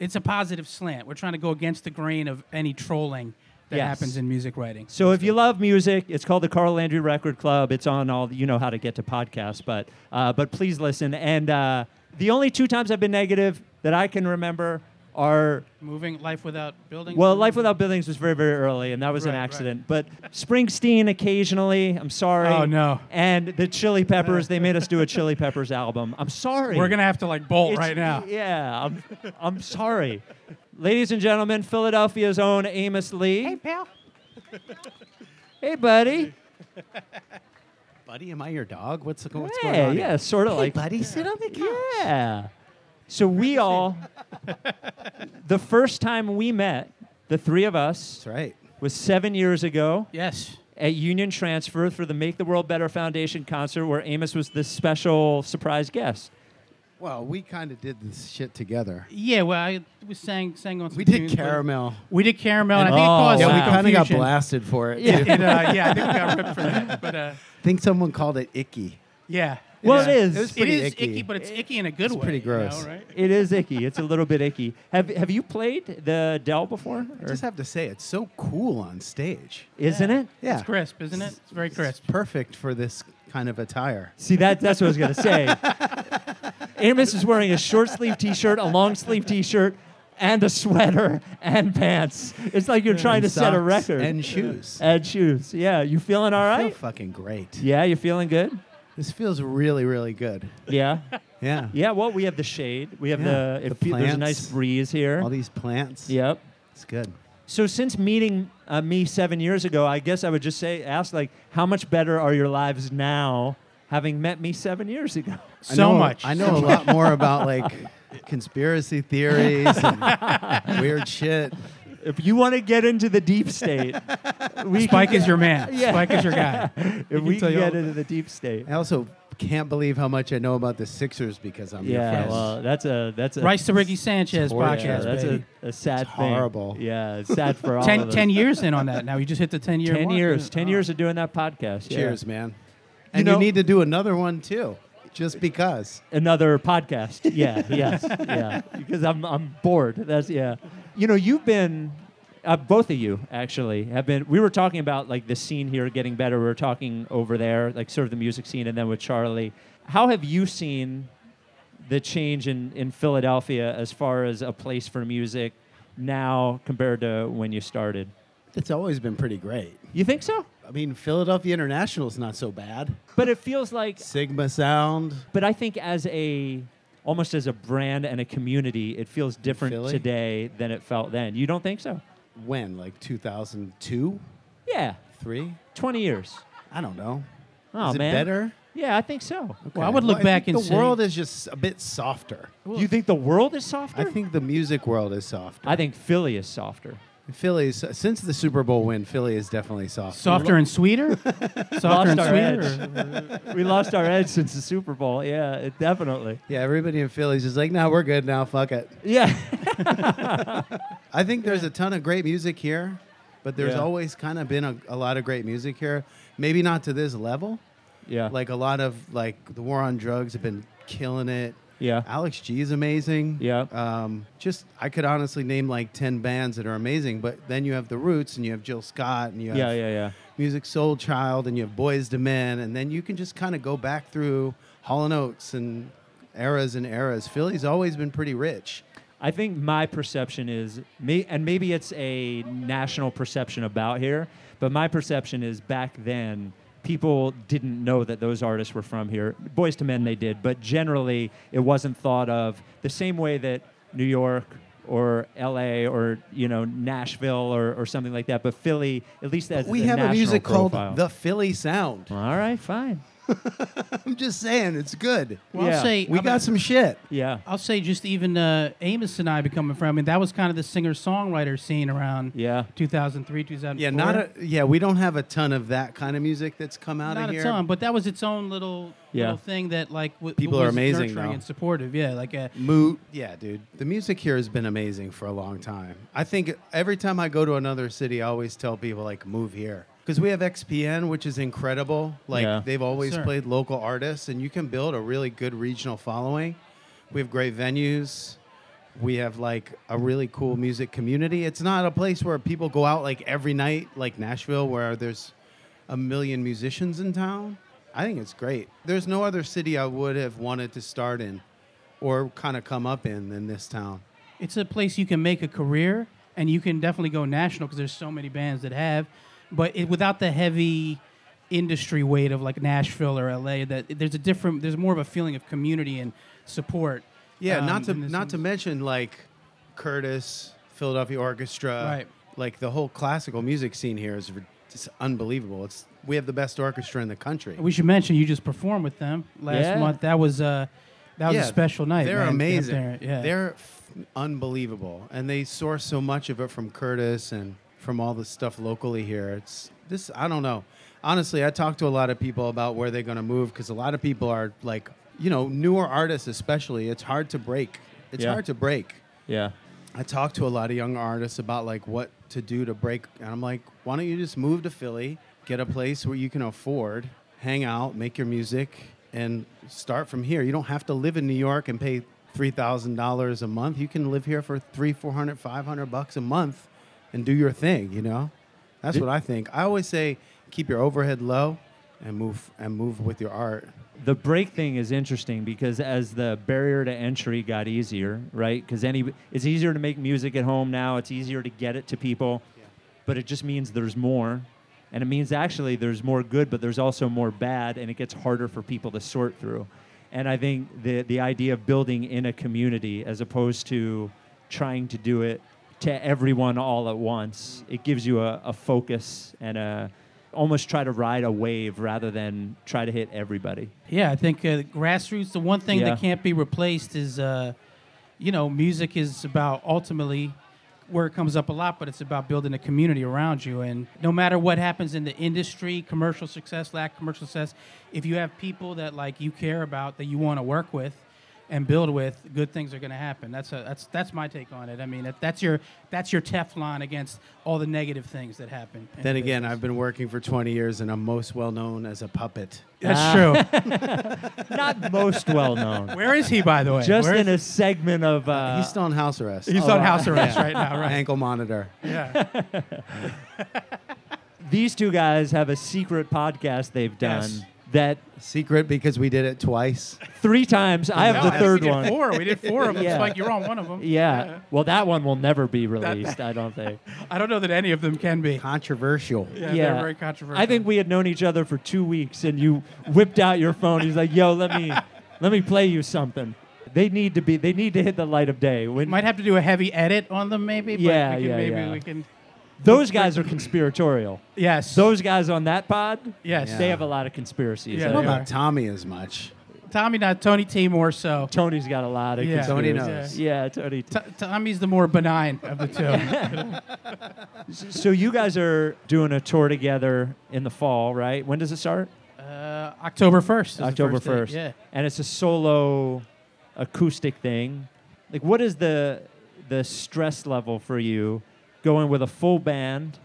Speaker 2: It's a positive slant. We're trying to go against the grain of any trolling that
Speaker 1: Yes.
Speaker 2: happens in music writing.
Speaker 1: so if you love music it's called the carl landry record club it's on all you know how to get to podcasts but uh, but please listen and uh, the only two times i've been negative that i can remember are
Speaker 2: Moving life without building.
Speaker 1: Well, Life Without Buildings was very, very early, and that was an
Speaker 2: Right, right.
Speaker 1: accident. But Springsteen occasionally, I'm sorry.
Speaker 2: Oh, no.
Speaker 1: And the Chili Peppers, they made us do a Chili Peppers album. I'm sorry.
Speaker 2: We're gonna have to like bolt
Speaker 1: It's-
Speaker 2: right now.
Speaker 1: Yeah, I'm, I'm sorry. Ladies and gentlemen, Philadelphia's own Amos Lee. Hey,
Speaker 2: pal.
Speaker 1: Hey, buddy.
Speaker 4: Buddy, am I your dog? What's, the- what's going
Speaker 1: hey,
Speaker 4: on? here?
Speaker 1: yeah, sort of
Speaker 4: Hey,
Speaker 1: like
Speaker 4: buddy, sit on the couch.
Speaker 1: Yeah. So we all, the first time we met, the three of us,
Speaker 4: That's right.
Speaker 1: was seven years ago.
Speaker 2: Yes.
Speaker 1: at Union Transfer for the Make the World Better Foundation concert where Amos was the special surprise guest.
Speaker 4: Well, we kind of did this shit together.
Speaker 2: Yeah. Well, I we sang sang on. Some
Speaker 4: We did
Speaker 2: tunes, but-
Speaker 4: caramel.
Speaker 2: We did caramel. And I
Speaker 1: And-
Speaker 2: think it
Speaker 1: Oh,
Speaker 2: caused
Speaker 1: Yeah,
Speaker 4: Yeah,
Speaker 2: some
Speaker 4: we kind of got
Speaker 2: confusion.
Speaker 4: blasted for it.
Speaker 1: Yeah.
Speaker 4: too.
Speaker 2: And, uh, yeah, I think we got ripped for that. But uh,
Speaker 4: I think someone called it icky.
Speaker 2: yeah,
Speaker 1: Well,
Speaker 2: Yeah.
Speaker 1: it is.
Speaker 4: It was
Speaker 2: It
Speaker 4: pretty
Speaker 2: is
Speaker 4: icky.
Speaker 2: icky. but it's icky in a good
Speaker 4: It's
Speaker 2: way.
Speaker 4: pretty
Speaker 2: you know,
Speaker 4: gross.
Speaker 2: right?
Speaker 1: It is icky. It's a little bit icky. Have Have you played the Dell before?
Speaker 4: I
Speaker 1: Or-
Speaker 4: just have to say, it's so cool on stage.
Speaker 1: isn't it?
Speaker 4: Yeah.
Speaker 2: It's crisp, isn't it? It's very crisp.
Speaker 4: It's perfect for this kind of attire.
Speaker 1: See that that's what I was gonna say. Amos is wearing a short sleeve T-shirt, a long sleeve T-shirt, and a sweater and pants. It's like you're
Speaker 4: And
Speaker 1: trying to set a
Speaker 4: socks
Speaker 1: record.
Speaker 4: And shoes.
Speaker 1: And shoes. Yeah, you feeling all
Speaker 4: I feel
Speaker 1: right?
Speaker 4: fucking great.
Speaker 1: Yeah, you feeling good?
Speaker 4: This feels really, really good.
Speaker 1: Yeah.
Speaker 4: Yeah.
Speaker 1: Yeah. Well, we have the shade. We have
Speaker 4: Yeah,
Speaker 1: the. It,
Speaker 4: the
Speaker 1: fe- there's a nice
Speaker 4: plants.
Speaker 1: breeze here.
Speaker 4: All these plants.
Speaker 1: Yep.
Speaker 4: It's good.
Speaker 1: So since meeting uh, me seven years ago, I guess I would just say, ask like, how much better are your lives now, having met me seven years ago?
Speaker 4: I
Speaker 2: So
Speaker 4: know-
Speaker 2: much.
Speaker 4: I know a lot more about like conspiracy theories and weird shit.
Speaker 1: If you want to get into the deep state, we
Speaker 2: Spike
Speaker 1: can,
Speaker 2: is your man.
Speaker 1: Yeah.
Speaker 2: Spike is your guy.
Speaker 1: if we
Speaker 2: tell
Speaker 1: can
Speaker 2: you
Speaker 1: get
Speaker 2: all
Speaker 1: into the deep state.
Speaker 4: I also can't believe how much I know about the Sixers because I'm your
Speaker 1: Yeah,
Speaker 4: friend.
Speaker 1: well, that's a that's a
Speaker 2: Rice to Ricky Sanchez
Speaker 4: horrible.
Speaker 2: podcast.
Speaker 1: yeah, that's
Speaker 2: baby.
Speaker 1: a, a sad
Speaker 4: It's
Speaker 1: thing.
Speaker 4: horrible.
Speaker 1: Yeah, it's sad for all of
Speaker 2: ten,
Speaker 1: us.
Speaker 2: ten years Uh, in on that now. You just hit the 10 year
Speaker 1: Ten
Speaker 2: mark, Uh-huh.
Speaker 1: years,
Speaker 2: isn't it?
Speaker 1: ten years of doing that podcast. yeah.
Speaker 4: Cheers, man. And
Speaker 1: know-
Speaker 4: you need to do another one too, just because.
Speaker 1: another podcast. Yeah, yes, yeah. Because I'm I'm bored. That's yeah. You know, you've been uh, both of you actually have been. We were talking about like the scene here getting better. We were talking over there, like sort of the music scene, and then with Charlie. How have you seen the change in in Philadelphia as far as a place for music now compared to when you started?
Speaker 5: It's always been pretty great.
Speaker 1: You think so?
Speaker 5: I mean, Philadelphia International is not so bad.
Speaker 1: But it feels like
Speaker 5: Sigma Sound.
Speaker 1: But I think as a almost as a brand and a community, it feels different
Speaker 5: Philly?
Speaker 1: today than it felt then. You don't think so?
Speaker 5: When? Like 2002?
Speaker 1: Yeah,
Speaker 5: 3?
Speaker 1: 20 years.
Speaker 5: I don't know.
Speaker 1: Oh
Speaker 5: is it
Speaker 1: man.
Speaker 5: better? Oh,
Speaker 1: Yeah, I think so.
Speaker 2: Well, I would look back
Speaker 5: think
Speaker 2: and
Speaker 5: the
Speaker 2: say-
Speaker 5: world is just a bit softer.
Speaker 1: you think the world is softer?
Speaker 5: I think the music world is softer.
Speaker 1: I think Philly is softer.
Speaker 5: Philly is, since the Super Bowl win, Philly is definitely softer.
Speaker 2: Softer and sweeter? Softer
Speaker 1: Lost
Speaker 2: and
Speaker 1: our
Speaker 2: sweeter?
Speaker 1: edge. we lost our edge since the Super Bowl. Yeah, it definitely.
Speaker 5: yeah, everybody in Philly's just like, no, we're good now. Fuck it.
Speaker 1: Yeah.
Speaker 5: I think there's a ton of great music here, but there's
Speaker 1: Yeah.
Speaker 5: always kind of been a, a lot of great music here. Maybe not to this level.
Speaker 1: yeah.
Speaker 5: Like a lot of like the war on drugs have been killing it.
Speaker 1: yeah.
Speaker 5: Alex G is amazing.
Speaker 1: Uh-huh. Yeah.
Speaker 5: Um, just I could honestly name like ten bands that are amazing, but then you have the Roots and you have Jill Scott and you have
Speaker 1: Yeah, yeah, yeah.
Speaker 5: Music Soul Child and you have Boys to Men, and then you can just kind of go back through Hall and Oates and eras and eras. Philly's always been pretty rich.
Speaker 1: I think my perception is me, and maybe it's a national perception about here, but my perception is back then people didn't know that those artists were from here. Boys to Men they did, but generally it wasn't thought of the same way that New York or L.A. or you know Nashville or, or something like that. But Philly, at least as
Speaker 5: we
Speaker 1: the
Speaker 5: have a
Speaker 1: national
Speaker 5: music
Speaker 1: profile.
Speaker 5: called the Philly Sound.
Speaker 1: All right, fine.
Speaker 5: I'm just saying, it's good.
Speaker 2: Well,
Speaker 1: Yeah.
Speaker 2: I'll say
Speaker 5: We
Speaker 2: I'm
Speaker 5: got some shit.
Speaker 1: Yeah,
Speaker 2: I'll say just even uh, Amos and I becoming from. I mean, that was kind of the singer songwriter scene around
Speaker 1: yeah.
Speaker 2: 2003, 2004.
Speaker 5: Yeah, not a, yeah. We don't have a ton of that kind of music that's come out
Speaker 2: not
Speaker 5: of
Speaker 2: a
Speaker 5: here.
Speaker 2: ton, but that was its own little
Speaker 1: Yeah.
Speaker 2: little thing that like w-
Speaker 5: People are
Speaker 2: was
Speaker 5: amazing,
Speaker 2: nurturing
Speaker 5: though.
Speaker 2: and supportive. Yeah, like uh, a,
Speaker 5: Moot. Yeah, dude. The music here has been amazing for a long time. I think every time I go to another city, I always tell people, like, move here. Because we have XPN, which is incredible. Like,
Speaker 1: Yeah.
Speaker 5: they've always
Speaker 2: Sure.
Speaker 5: played local artists, and you can build a really good regional following. We have great venues. We have like a really cool music community. It's not a place where people go out like every night, like Nashville, where there's a million musicians in town. I think it's great. There's no other city I would have wanted to start in or kind of come up in than this town.
Speaker 2: it's a place you can make a career and you can definitely go national because there's so many bands that have, but it, without the heavy industry weight of like Nashville or LA, that there's a different, there's more of a feeling of community and support.
Speaker 5: Yeah,
Speaker 2: um,
Speaker 5: not to
Speaker 2: in this
Speaker 5: not to
Speaker 2: industry.
Speaker 5: mention like Curtis, Philadelphia Orchestra,
Speaker 2: Right.
Speaker 5: Like the whole classical music scene here is re- just unbelievable. It's we have the best orchestra in the country.
Speaker 2: We should mention you just performed with them last
Speaker 1: Yeah.
Speaker 2: month. That was uh, that was a special night.
Speaker 5: They're
Speaker 2: man, up
Speaker 5: amazing.
Speaker 2: there. Yeah.
Speaker 5: They're f- unbelievable, and they source so much of it from Curtis and from all the stuff locally here. It's this. I don't know. Honestly, I talk to a lot of people about where they're going to move because a lot of people are like, you know, newer artists especially. It's hard to break. It's
Speaker 1: Yeah.
Speaker 5: hard to break.
Speaker 1: Yeah.
Speaker 5: I talk to a lot of young artists about like what to do to break, and I'm like, why don't you just move to Philly, get a place where you can afford, hang out, make your music, and start from here. You don't have to live in New York and pay three thousand dollars a month. You can live here for three, four hundred, five hundred bucks a month, and do your thing. You know, that's what I think. I always say, keep your overhead low, and move and move with your art.
Speaker 1: the break thing is interesting because as the barrier to entry got easier, right? Because any it's easier to make music at home now. It's easier to get it to people, but it just means there's more, and it means actually there's more good, but there's also more bad, and it gets harder for people to sort through. And I think the the idea of building in a community as opposed to trying to do it to everyone all at once, it gives you a, a focus and a almost try to ride a wave rather than try to hit everybody.
Speaker 2: Yeah, I think uh, grassroots. The one thing
Speaker 1: Yeah.
Speaker 2: that can't be replaced is, uh, you know, music is about ultimately where it comes up a lot, but it's about building a community around you. And no matter what happens in the industry, commercial success, lack of commercial success, if you have people that like you care about that you want to work with, and build with, good things are going to happen. That's a, that's that's my take on it. I mean, that, that's your that's your Teflon against all the negative things that happen. in
Speaker 5: Then
Speaker 2: the
Speaker 5: again,
Speaker 2: business.
Speaker 5: I've been working for 20 years and I'm most well known as a puppet. Ah.
Speaker 2: that's true.
Speaker 1: Not most well known.
Speaker 2: Where is he, by the way?
Speaker 1: Just
Speaker 2: Where
Speaker 1: in
Speaker 2: is
Speaker 1: a segment of. Uh,
Speaker 5: He's still on house arrest.
Speaker 2: he? he's on house arrest right now, right?
Speaker 5: Ankle monitor.
Speaker 2: Yeah.
Speaker 1: these two guys have a secret podcast they've done
Speaker 2: Yes.
Speaker 1: that
Speaker 5: Secret because we did it twice.
Speaker 1: three times. I have
Speaker 2: No,
Speaker 1: the
Speaker 2: I think
Speaker 1: third
Speaker 2: we did
Speaker 1: one.
Speaker 2: Four. We did four of them.
Speaker 1: Yeah.
Speaker 2: Spike, you're on one of them.
Speaker 1: Yeah. Well, that one will never be released, I don't think.
Speaker 2: I don't know that any of them can be.
Speaker 5: Controversial.
Speaker 2: Yeah,
Speaker 1: Yeah.
Speaker 2: they're very controversial.
Speaker 1: I think we had known each other for two weeks, and you whipped out your phone. He's like, "Yo, let me, let me play you something." They need to be. They need to hit the light of day. When
Speaker 2: might have to do a heavy edit on them, maybe. But
Speaker 1: Yeah,
Speaker 2: we can,
Speaker 1: yeah,
Speaker 2: maybe
Speaker 1: yeah.
Speaker 2: we can.
Speaker 1: those guys are conspiratorial.
Speaker 2: Yes.
Speaker 1: Those guys on that pod,
Speaker 2: Yes.
Speaker 1: they have a lot of conspiracies. Uh,
Speaker 2: Yeah,
Speaker 5: I
Speaker 1: I
Speaker 5: don't know
Speaker 1: think.
Speaker 2: they
Speaker 5: about Tommy as much.
Speaker 2: Tommy, not Tony T, more so.
Speaker 1: Tony's got a lot of.
Speaker 2: Yeah.
Speaker 5: Tony
Speaker 1: conspiracies.
Speaker 5: knows.
Speaker 1: Yeah, Tony.
Speaker 2: T- Tommy's the more benign of the two.
Speaker 1: So you guys are doing a tour together in the fall, right? When does it start?
Speaker 2: uh, October first.
Speaker 1: October first.
Speaker 2: Yeah.
Speaker 1: And it's a solo acoustic thing. Like what is the the stress level for you going with a full band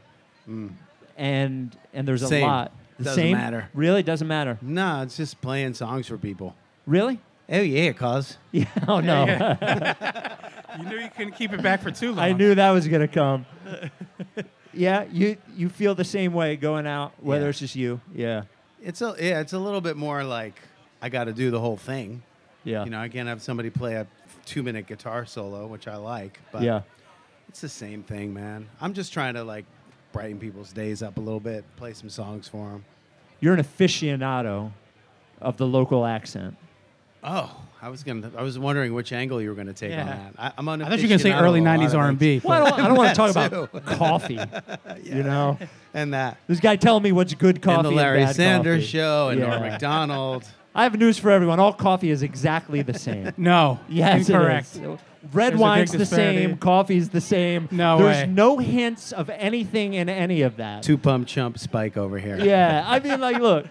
Speaker 1: and and there's
Speaker 5: Mm. Same.
Speaker 1: a lot. The
Speaker 5: Doesn't
Speaker 1: same?
Speaker 5: matter.
Speaker 1: Really? Doesn't matter.
Speaker 5: No, it's just playing songs for people.
Speaker 1: Really?
Speaker 5: Oh, yeah, cuz.
Speaker 1: Yeah. Oh no.
Speaker 2: You knew you couldn't keep it back for too long.
Speaker 1: I knew that was gonna come. yeah, you you feel the same way going out, whether
Speaker 5: Yeah.
Speaker 1: it's just you. Yeah.
Speaker 5: It's a, yeah, it's a little bit more like I got to do the whole thing.
Speaker 1: Yeah.
Speaker 5: You know, I can't have somebody play a two minute guitar solo, which I like, but
Speaker 1: yeah.
Speaker 5: it's the same thing, man. I'm just trying to like brighten people's days up a little bit, play some songs for them.
Speaker 1: You're an aficionado of the local accent.
Speaker 5: Oh, I was gonna. I was wondering which angle you were gonna take on
Speaker 2: Yeah.
Speaker 5: that. I, I'm an
Speaker 2: I thought you were gonna say
Speaker 5: aficionado
Speaker 2: early
Speaker 5: of a lot
Speaker 2: '90s
Speaker 5: of things.
Speaker 2: R&B.
Speaker 1: Well, I don't, I don't want to talk
Speaker 5: That
Speaker 1: about coffee. You know,
Speaker 5: and that.
Speaker 1: this guy telling me what's good coffee.
Speaker 5: and the Larry
Speaker 1: bad
Speaker 5: Sanders
Speaker 1: coffee.
Speaker 5: Show and Norm
Speaker 1: Yeah.
Speaker 5: Macdonald.
Speaker 1: I have news for everyone. All coffee is exactly the same.
Speaker 2: No.
Speaker 1: Yes, it
Speaker 2: Incorrect.
Speaker 1: is. Red
Speaker 2: There's a
Speaker 1: wine's
Speaker 2: big
Speaker 1: the
Speaker 2: disparity.
Speaker 1: same. Coffee's the same.
Speaker 2: No
Speaker 1: There's
Speaker 2: way.
Speaker 1: no hints of anything in any of that.
Speaker 5: Two pump chump Spike over here.
Speaker 1: yeah, I mean, like, look,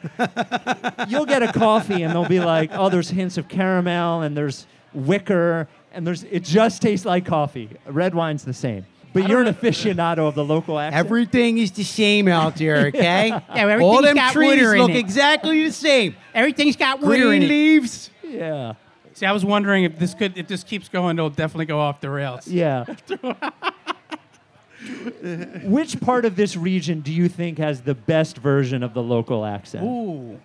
Speaker 1: you'll get a coffee and they'll be like, oh, there's hints of caramel and there's wicker and there's it just tastes like coffee. Red wine's the same. But you're an aficionado of the local accent.
Speaker 4: Everything is the same out there, okay?
Speaker 2: everything's got water in it.
Speaker 4: exactly the same.
Speaker 2: Everything's got
Speaker 4: leaves.
Speaker 1: yeah.
Speaker 2: See, I was wondering if this could, if this keeps going, it'll definitely go off the rails.
Speaker 1: Yeah. Which part of this region do you think has the best version of the local accent?
Speaker 2: Ooh.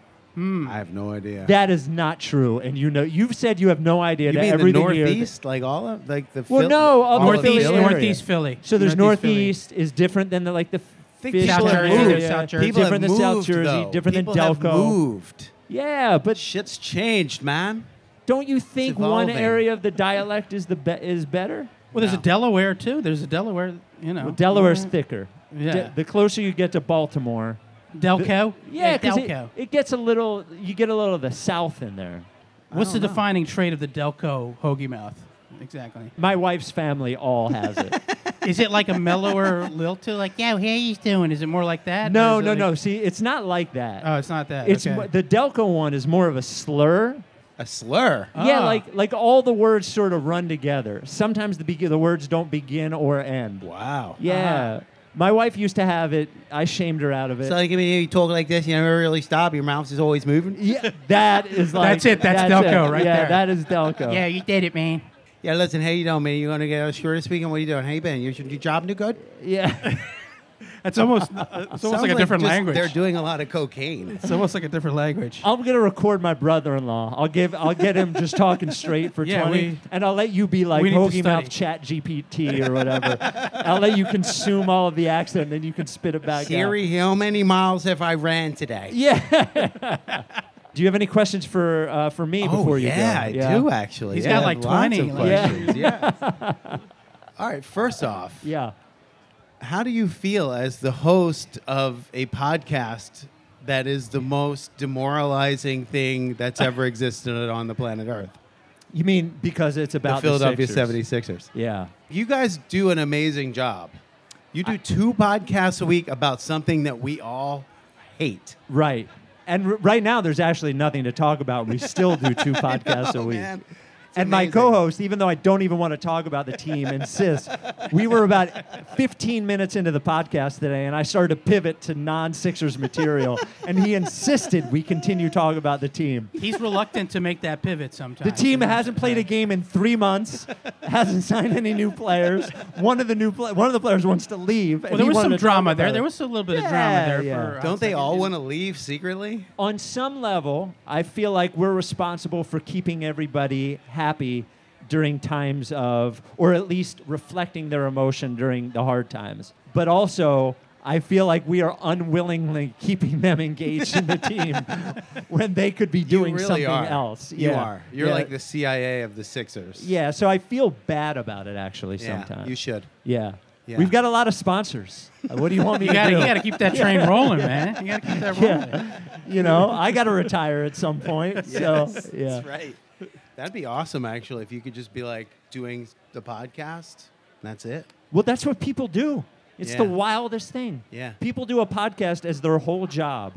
Speaker 5: I have no idea.
Speaker 1: That is not true, and you know you've said you have no idea
Speaker 5: you
Speaker 1: to
Speaker 5: mean the
Speaker 1: everything here.
Speaker 5: Northeast, like all of like the
Speaker 1: Well,
Speaker 5: Phil-
Speaker 1: no,
Speaker 5: all
Speaker 1: of
Speaker 5: of
Speaker 1: the
Speaker 2: Northeast,
Speaker 1: Philly
Speaker 5: Philly?
Speaker 1: area.
Speaker 2: Northeast Philly.
Speaker 1: So there's
Speaker 2: Northeast Philly.
Speaker 1: Northeast is different than the like the
Speaker 5: Think
Speaker 1: fish
Speaker 2: South
Speaker 1: area,
Speaker 2: Jersey,
Speaker 1: yeah.
Speaker 2: South Jersey.
Speaker 5: People
Speaker 1: different
Speaker 5: have
Speaker 1: than South
Speaker 5: moved,
Speaker 1: Jersey,
Speaker 5: though.
Speaker 1: different
Speaker 5: People
Speaker 1: than
Speaker 5: have
Speaker 1: Delco.
Speaker 5: moved.
Speaker 1: Yeah, but
Speaker 5: Shit's changed, man.
Speaker 1: don't you think one
Speaker 5: evolving.
Speaker 1: area of the dialect is the be- is better?
Speaker 2: Well, there's a Delaware too. There's a Delaware, you know.
Speaker 1: Well, Delaware's thicker.
Speaker 2: Yeah.
Speaker 1: De- the closer you get to Baltimore,
Speaker 2: Delco.
Speaker 1: yeah, because it,
Speaker 2: Delco.
Speaker 1: it gets a little you get a little of the South in there.
Speaker 2: What's the defining trait of the Delco hoagie mouth? Exactly.
Speaker 1: My wife's family all has it.
Speaker 2: Is it like a mellower lilt to like, yeah, how he's doing? Is it more like that?
Speaker 1: no,
Speaker 2: Or is
Speaker 1: no,
Speaker 2: it
Speaker 1: no.
Speaker 2: like-
Speaker 1: See, it's not like that.
Speaker 2: Oh, it's not that.
Speaker 1: it's
Speaker 2: okay.
Speaker 1: mo- the Delco one is more of a slur.
Speaker 5: A slur.
Speaker 1: Yeah,
Speaker 2: Ah.
Speaker 1: like like all the words sort of run together. Sometimes the be- the words don't begin or end.
Speaker 5: Wow.
Speaker 1: Yeah. My wife used to have it. I shamed her out of it.
Speaker 4: So like, I mean, you talk like this, you never really stop. Your mouth is always moving.
Speaker 1: yeah, that is like
Speaker 2: That's it. That's Delco right
Speaker 1: yeah,
Speaker 2: there.
Speaker 1: that is Delco.
Speaker 2: yeah, you did it, man.
Speaker 4: Yeah, listen, how you doing, man? You going to get out of school this weekend? What are you doing? Hey, Ben, you, your job new good?
Speaker 1: yeah.
Speaker 2: It's almost, uh, it's almost
Speaker 5: Sounds
Speaker 2: like a different
Speaker 5: just
Speaker 2: language.
Speaker 5: They're doing a lot of cocaine.
Speaker 2: it's almost like a different language.
Speaker 1: I'm gonna record my brother-in-law. I'll give I'll get him just talking straight for
Speaker 2: Yeah,
Speaker 1: 20,
Speaker 2: we-
Speaker 1: and I'll let you be like
Speaker 2: we need to
Speaker 1: Hoagie
Speaker 2: study.
Speaker 1: Mouth Chat GPT or whatever. I'll let you consume all of the accent, and then you can spit it back. out.
Speaker 4: Siri, how many miles have I ran today?
Speaker 1: Yeah. Do you have any questions for uh, for me before you
Speaker 5: Oh, yeah,
Speaker 1: go?
Speaker 5: I
Speaker 1: yeah,
Speaker 5: do actually.
Speaker 2: He's
Speaker 5: Yeah,
Speaker 2: got, like,
Speaker 5: lots
Speaker 2: 20,
Speaker 5: of
Speaker 2: like- Yeah.
Speaker 5: questions. Yeah. All right. First off,
Speaker 1: Yeah.
Speaker 5: how do you feel as the host of a podcast that is the most demoralizing thing that's ever existed on the planet Earth?
Speaker 1: You mean because it's about
Speaker 5: the Philadelphia
Speaker 1: Sixers.
Speaker 5: 76ers.
Speaker 1: Yeah.
Speaker 5: You guys do an amazing job. You do two podcasts a week about something that we all hate.
Speaker 1: Right. And r- right now, there's actually nothing to talk about. We still do two podcasts a week.
Speaker 5: Man,
Speaker 1: and my
Speaker 5: amazing.
Speaker 1: co-host, even though I don't even want to talk about the team, insists. We were about 15 minutes into the podcast today, and I started to pivot to non-Sixers material, and he insisted we continue talking about the team.
Speaker 2: He's reluctant to make that pivot sometimes.
Speaker 1: The team hasn't played a game in three months, hasn't signed any new players. One of the new pla one of the players wants to leave. and
Speaker 2: Well, there
Speaker 1: he
Speaker 2: was
Speaker 1: wanted
Speaker 2: some
Speaker 1: to talk
Speaker 2: drama
Speaker 1: about
Speaker 2: there.
Speaker 1: it.
Speaker 2: There was a little bit of drama there.
Speaker 1: Yeah,
Speaker 2: For,
Speaker 1: yeah.
Speaker 2: uh,
Speaker 5: Don't they all
Speaker 2: second-
Speaker 5: want to leave secretly?
Speaker 1: on some level, I feel like we're responsible for keeping everybody happy during times of, or at least reflecting their emotion during the hard times. But also, I feel like we are unwillingly keeping them engaged in the team when they could be doing
Speaker 5: you really
Speaker 1: something
Speaker 5: are.
Speaker 1: else.
Speaker 5: You
Speaker 1: Yeah.
Speaker 5: are. You're
Speaker 1: Yeah.
Speaker 5: like the CIA of the Sixers.
Speaker 1: Yeah, so I feel bad about it actually
Speaker 5: Yeah,
Speaker 1: sometimes.
Speaker 5: you should.
Speaker 1: Yeah.
Speaker 5: Yeah.
Speaker 1: We've got a lot of sponsors. Uh, What do you want me
Speaker 2: You
Speaker 1: to
Speaker 2: gotta,
Speaker 1: do?
Speaker 2: you gotta keep that train rolling, man. You gotta keep that rolling.
Speaker 1: yeah. You know, I got to retire at some point. So, yeah.
Speaker 5: That's right. That'd be awesome, actually, if you could just be like doing the podcast. and That's it.
Speaker 1: Well, that's what people do. It's the
Speaker 5: Yeah.
Speaker 1: wildest thing.
Speaker 5: Yeah.
Speaker 1: People do a podcast as their whole job.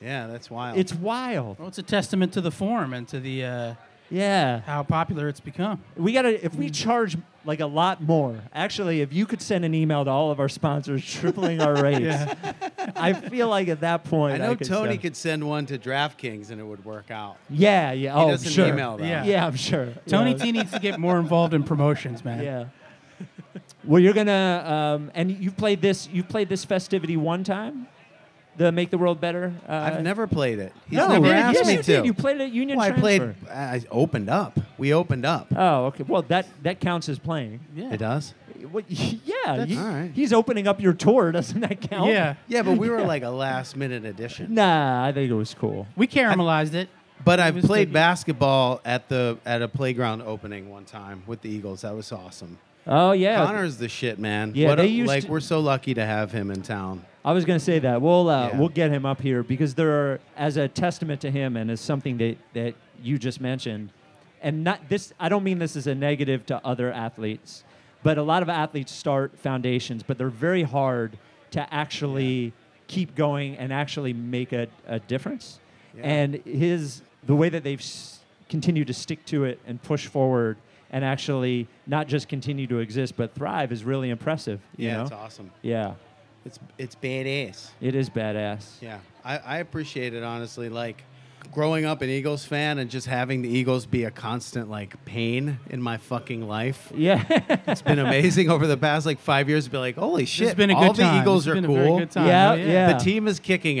Speaker 5: Yeah, that's wild.
Speaker 1: It's wild.
Speaker 2: Well, it's a testament to the form and to the uh,
Speaker 1: Yeah.
Speaker 2: how popular it's become.
Speaker 1: We got to, if we charge like a lot more, actually, if you could send an email to all of our sponsors tripling our rates, I feel like at that point,
Speaker 5: I know
Speaker 1: could
Speaker 5: Tony
Speaker 1: send-
Speaker 5: could send one to DraftKings and it would work out.
Speaker 1: Yeah, yeah.
Speaker 5: He
Speaker 1: oh,
Speaker 5: doesn't
Speaker 1: sure.
Speaker 5: email though.
Speaker 2: Yeah.
Speaker 1: Yeah, I'm sure.
Speaker 2: Tony
Speaker 1: yeah.
Speaker 2: T needs to get more involved in promotions, man.
Speaker 1: Yeah. well, you're gonna, um, and you've played this. You've played this festivity one time, the Make the World Better. Uh,
Speaker 5: I've never played it. He's
Speaker 1: no,
Speaker 5: never
Speaker 1: really?
Speaker 5: asked
Speaker 1: yes,
Speaker 5: me
Speaker 1: you
Speaker 5: to.
Speaker 1: Did. You played at Union.
Speaker 5: well, I played.
Speaker 1: Transfer.
Speaker 5: I opened up. We opened up.
Speaker 1: Oh, okay. Well, that that counts as playing.
Speaker 2: Yeah.
Speaker 5: It does.
Speaker 1: What, yeah, he-
Speaker 5: all right.
Speaker 1: he's opening up your tour. Doesn't that count?
Speaker 2: Yeah.
Speaker 5: Yeah, but we were like a last minute addition.
Speaker 1: Nah, I think it was cool.
Speaker 2: We caramelized it.
Speaker 5: But
Speaker 2: He
Speaker 5: I've
Speaker 2: was
Speaker 5: played
Speaker 2: thinking-
Speaker 5: basketball at the at a playground opening one time with the Eagles. That was awesome.
Speaker 1: Oh yeah,
Speaker 5: Connor's the shit, man.
Speaker 1: Yeah,
Speaker 5: What a-
Speaker 1: they used
Speaker 5: like
Speaker 1: to-
Speaker 5: we're so lucky to have him in town.
Speaker 1: I was gonna say that. We'll uh,
Speaker 5: Yeah.
Speaker 1: we'll get him up here because there are as a testament to him and as something that that you just mentioned, and not this. I don't mean this as a negative to other athletes, but a lot of athletes start foundations, but they're very hard to actually keep going and actually make a, a difference.
Speaker 5: Yeah.
Speaker 1: And his the way that they've s- continued to stick to it and push forward and actually not just continue to exist but thrive is really impressive. you
Speaker 5: Yeah,
Speaker 1: know?
Speaker 5: it's awesome.
Speaker 1: Yeah.
Speaker 5: It's it's badass.
Speaker 1: It is badass.
Speaker 5: Yeah, I, I appreciate it honestly. Like growing up an Eagles fan and just having the Eagles be a constant like pain in my fucking life.
Speaker 1: Yeah.
Speaker 5: It's been amazing over the past like five years. To be like, holy shit,
Speaker 2: It's been a
Speaker 5: all
Speaker 2: good
Speaker 5: the
Speaker 2: time.
Speaker 5: Eagles
Speaker 2: It's
Speaker 5: are
Speaker 2: been
Speaker 5: cool.
Speaker 2: A very good time.
Speaker 1: Yeah,
Speaker 2: Oh,
Speaker 1: yeah.
Speaker 5: The team is kicking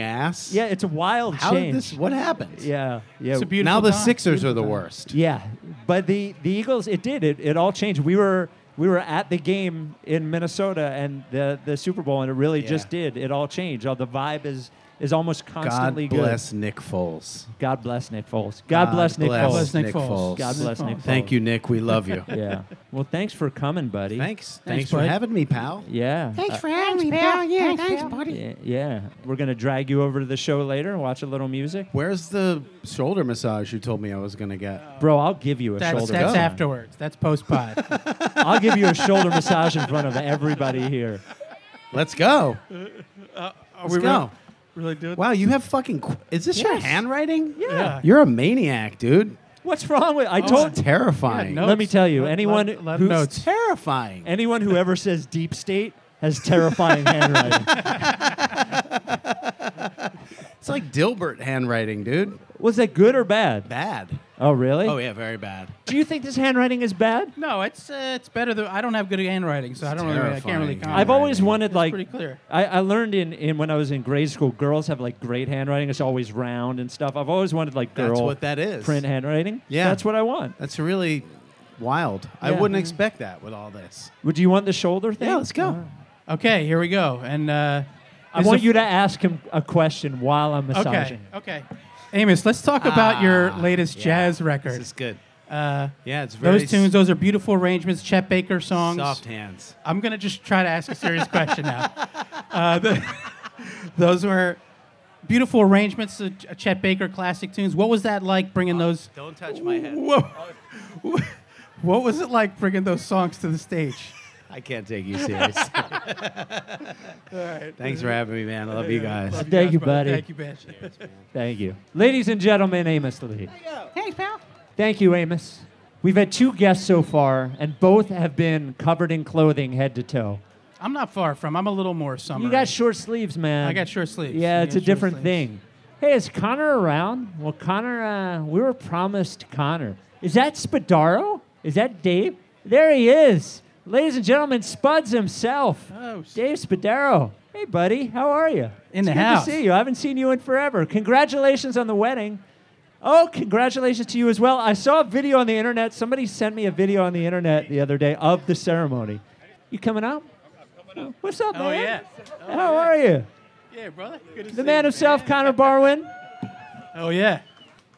Speaker 5: ass.
Speaker 1: yeah, it's a wild
Speaker 5: How did
Speaker 1: change.
Speaker 5: this? What happened?
Speaker 1: yeah, yeah.
Speaker 2: It's a beautiful
Speaker 5: Now the
Speaker 2: time.
Speaker 5: Sixers are the worst.
Speaker 1: yeah, but the the Eagles it did. It it all changed. We were we were at the game in Minnesota and the the Super Bowl and it really
Speaker 5: Yeah.
Speaker 1: just did. It all changed. All the vibe is is almost
Speaker 5: God
Speaker 1: constantly
Speaker 5: bless Nick Foles.
Speaker 1: good. God bless Nick Foles. God, bless Nick
Speaker 2: God
Speaker 1: Foles.
Speaker 2: bless Nick Foles.
Speaker 1: God bless Nick Foles.
Speaker 5: Thank you, Nick. We love you.
Speaker 1: Yeah. Well, thanks for coming, buddy.
Speaker 5: Thanks.
Speaker 2: Thanks,
Speaker 5: Thanks for
Speaker 2: bud.
Speaker 5: having me, pal.
Speaker 6: Uh,
Speaker 1: Yeah. Uh,
Speaker 6: Thanks for having me, pal. Yeah, thanks, buddy.
Speaker 1: yeah. Yeah. We're gonna drag you over to the show later and watch a little music,
Speaker 5: Where's the shoulder massage you told me I was gonna get?
Speaker 1: bro. I'll give you a
Speaker 2: That's,
Speaker 1: shoulder.
Speaker 2: that's
Speaker 1: massage.
Speaker 2: afterwards. That's post pod.
Speaker 1: I'll give you a shoulder massage in front of everybody here.
Speaker 5: Let's go. Let's
Speaker 2: Uh, we
Speaker 5: go.
Speaker 2: really do it.
Speaker 5: Wow, you have fucking. qu- Is this your handwriting?
Speaker 2: Yeah.
Speaker 5: You're a maniac, dude.
Speaker 1: What's wrong with? I
Speaker 5: So
Speaker 1: told.
Speaker 5: terrifying.
Speaker 2: Yeah, no.
Speaker 1: Let me tell you,
Speaker 2: Notes.
Speaker 1: anyone
Speaker 2: Lot- lot of
Speaker 1: who's
Speaker 2: notes.
Speaker 5: Terrifying.
Speaker 1: anyone who ever says deep state has terrifying handwriting.
Speaker 5: It's like Dilbert handwriting, dude.
Speaker 1: Was that good or bad?
Speaker 5: Bad.
Speaker 1: Oh really?
Speaker 5: Oh yeah, very bad.
Speaker 1: Do you think this handwriting is bad?
Speaker 2: No, it's uh, it's better than I don't have good handwriting, so I don't really I can't really
Speaker 5: terrifying.
Speaker 2: comment.
Speaker 1: I've always
Speaker 5: Handwriting.
Speaker 1: wanted
Speaker 2: It's
Speaker 1: like.
Speaker 2: pretty clear.
Speaker 1: I, I learned in, in when I was in grade school, girls have like great handwriting. It's always round and stuff. I've always wanted like girl
Speaker 5: That's what that is.
Speaker 1: print handwriting.
Speaker 5: Yeah.
Speaker 1: that's what I want.
Speaker 5: That's really wild. I
Speaker 1: Yeah.
Speaker 5: wouldn't expect that with all this.
Speaker 1: Would you want the shoulder thing?
Speaker 5: Yeah, Uh, let's go.
Speaker 2: Okay, here we go. And uh,
Speaker 1: I
Speaker 2: this
Speaker 1: want
Speaker 2: is-
Speaker 1: you to ask him a question while I'm massaging.
Speaker 2: Okay. Okay. Amos, let's talk about your
Speaker 5: Ah,
Speaker 2: latest
Speaker 5: yeah.
Speaker 2: jazz
Speaker 5: This
Speaker 2: record.
Speaker 5: is good.
Speaker 2: Uh,
Speaker 5: Yeah, it's very
Speaker 2: those tunes, those are beautiful arrangements, Chet Baker songs.
Speaker 5: soft hands.
Speaker 2: I'm gonna just try to ask a serious question now. Uh, the- those were beautiful arrangements, of Ch- Chet Baker classic tunes. What was that like bringing those?
Speaker 5: Uh, Don't touch my head.
Speaker 2: Whoa. what was it like bringing those songs to the stage?
Speaker 5: I can't take you serious. Thanks for having me, man. I love you guys.
Speaker 1: Thank you, buddy.
Speaker 2: Thank you, man.
Speaker 1: Thank you. Ladies and gentlemen, Amos Lee.
Speaker 6: Thanks, pal.
Speaker 1: Thank you, Amos. We've had two guests so far, and both have been covered in clothing head to toe.
Speaker 2: I'm not far from. I'm a little more summer.
Speaker 1: You got short sleeves, man.
Speaker 2: I got short sleeves.
Speaker 1: Yeah,
Speaker 2: I
Speaker 1: it's
Speaker 2: got
Speaker 1: a
Speaker 2: short
Speaker 1: different
Speaker 2: sleeves.
Speaker 1: thing. Hey, is Connor around? Well, Connor, uh, we were promised Connor. Is that Spadaro? Is that Dave? There he is. Ladies and gentlemen, Spuds himself.
Speaker 2: Oh, s-
Speaker 1: Dave Spadaro. Hey, buddy, how are you? it's
Speaker 2: In the
Speaker 1: good
Speaker 2: house.
Speaker 1: to see you. I haven't seen you in forever. Congratulations on the wedding. Oh, congratulations to you as well. I saw a video on the internet. Somebody sent me a video on the internet the other day of the ceremony. You coming up? What's up,
Speaker 2: Oh
Speaker 1: man?
Speaker 2: yeah. Oh,
Speaker 1: How are you?
Speaker 2: Yeah, brother. Good to
Speaker 1: The man himself, Connor Barwin.
Speaker 2: Oh yeah.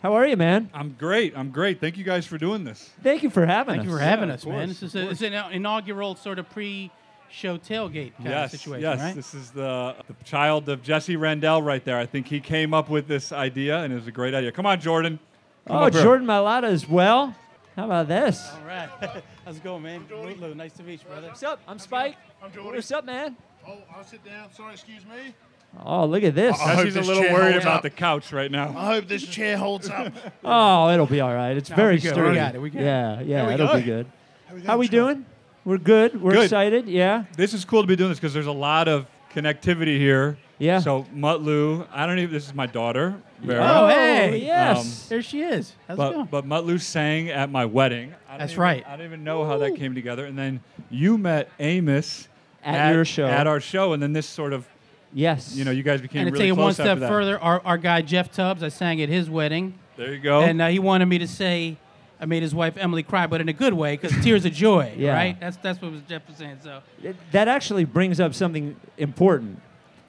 Speaker 1: How are you, man?
Speaker 7: I'm great. I'm great. Thank you guys for doing this.
Speaker 1: Thank you for having
Speaker 2: Thank
Speaker 1: us. Oh,
Speaker 2: you for having
Speaker 7: Yeah,
Speaker 2: us,
Speaker 7: of
Speaker 2: man.
Speaker 7: course,
Speaker 2: This is
Speaker 7: of
Speaker 2: a, it's an inaugural sort of pre-show tailgate kind
Speaker 7: yes,
Speaker 2: of situation,
Speaker 7: yes.
Speaker 2: right?
Speaker 7: This is the, the child of Jesse Rendell right there. I think he came up with this idea, and it was a great idea. Come on, Jordan. Come
Speaker 1: oh,
Speaker 7: up here.
Speaker 1: Jordan Malata as well. How about this?
Speaker 2: All right. How's it going, man? Lulu, nice to meet you, brother.
Speaker 1: What's up? I'm Spike.
Speaker 8: I'm Jordan.
Speaker 1: What's up, man?
Speaker 8: Oh, I'll sit down. Sorry, excuse me. Uh-uh.
Speaker 1: Oh, look at this.
Speaker 8: hope
Speaker 7: Jesse's a
Speaker 8: this
Speaker 7: little
Speaker 8: chair
Speaker 7: worried
Speaker 8: holds
Speaker 7: about
Speaker 8: up.
Speaker 7: the couch right now.
Speaker 8: I hope this chair holds up.
Speaker 1: Oh, it'll be all right. It's very
Speaker 2: we good. We
Speaker 1: sturdy.
Speaker 2: got it. We got it.
Speaker 1: yeah, yeah,
Speaker 8: we
Speaker 1: it'll
Speaker 8: go.
Speaker 1: be good.
Speaker 8: we
Speaker 1: How
Speaker 8: go,
Speaker 1: we
Speaker 8: Joe.
Speaker 1: doing? We're good. We're
Speaker 7: Good.
Speaker 1: excited. Yeah.
Speaker 7: This is cool to be doing this because there's a lot of connectivity here.
Speaker 1: Yeah.
Speaker 7: So Mutlu, I don't even. This is my daughter. Vera.
Speaker 2: Oh, hey. Um,
Speaker 1: yes.
Speaker 2: There she is. How's it
Speaker 7: But
Speaker 2: going?
Speaker 7: but Mutlu sang at my wedding. I don't
Speaker 2: That's
Speaker 7: even-
Speaker 2: right.
Speaker 7: I don't even know how that came together. And then you met Amos
Speaker 1: At your show.
Speaker 7: At our show, and then this sort of
Speaker 1: yes.
Speaker 7: you know you guys became
Speaker 2: and to
Speaker 7: really
Speaker 2: take it one
Speaker 7: close
Speaker 2: step
Speaker 7: after that.
Speaker 2: further, our, our guy Jeff Tubbs, I sang at his wedding,
Speaker 7: There you go.
Speaker 2: and uh, he wanted me to say I made his wife Emily cry, but in a good way, because tears of joy,
Speaker 1: Yeah.
Speaker 2: right? That's that's what was Jeff was saying. So
Speaker 1: Th- that actually brings up something important.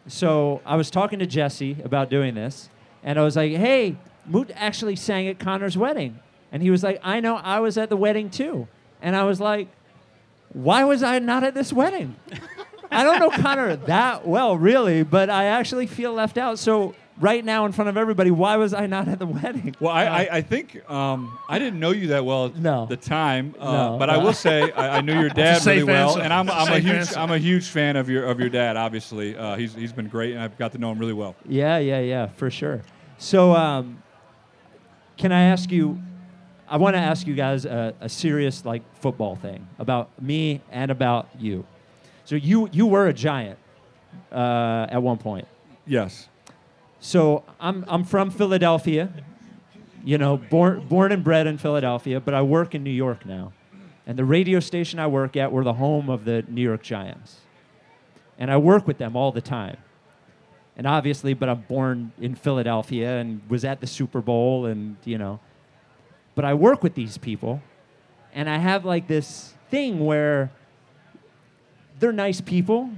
Speaker 1: So I was talking to Jesse about doing this, and I was like, "Hey, Moot actually sang at Connor's wedding," and he was like, "I know, I was at the wedding too," and I was like, "Why was I not at this wedding?" I don't know Connor that well, really, but I actually feel left out. So right now, in front of everybody, why was I not at the wedding?
Speaker 7: Well, I, I, I think um, I didn't know you that well at
Speaker 1: No.
Speaker 7: the time, uh,
Speaker 1: No,
Speaker 7: but I
Speaker 1: no.
Speaker 7: will say I, I knew your dad really
Speaker 8: safe
Speaker 7: well,
Speaker 8: answer.
Speaker 7: and I'm,
Speaker 8: It's a
Speaker 7: I'm a
Speaker 8: safe
Speaker 7: huge
Speaker 8: answer.
Speaker 7: I'm a huge fan of your of your dad. Obviously, uh, he's he's been great, and I've got to know him really well.
Speaker 1: Yeah, yeah, yeah, for sure. So, um, can I ask you? I want to ask you guys a, a serious, like, football thing about me and about you. So you you were a giant uh, at one point.
Speaker 7: Yes,
Speaker 1: So I'm I'm from Philadelphia, you know, born born and bred in Philadelphia, but I work in New York now, and the radio station I work at we're the home of the New York Giants, and I work with them all the time, and obviously, but I'm born in Philadelphia and was at the Super Bowl and you know, but I work with these people, and I have like this thing where they're nice people,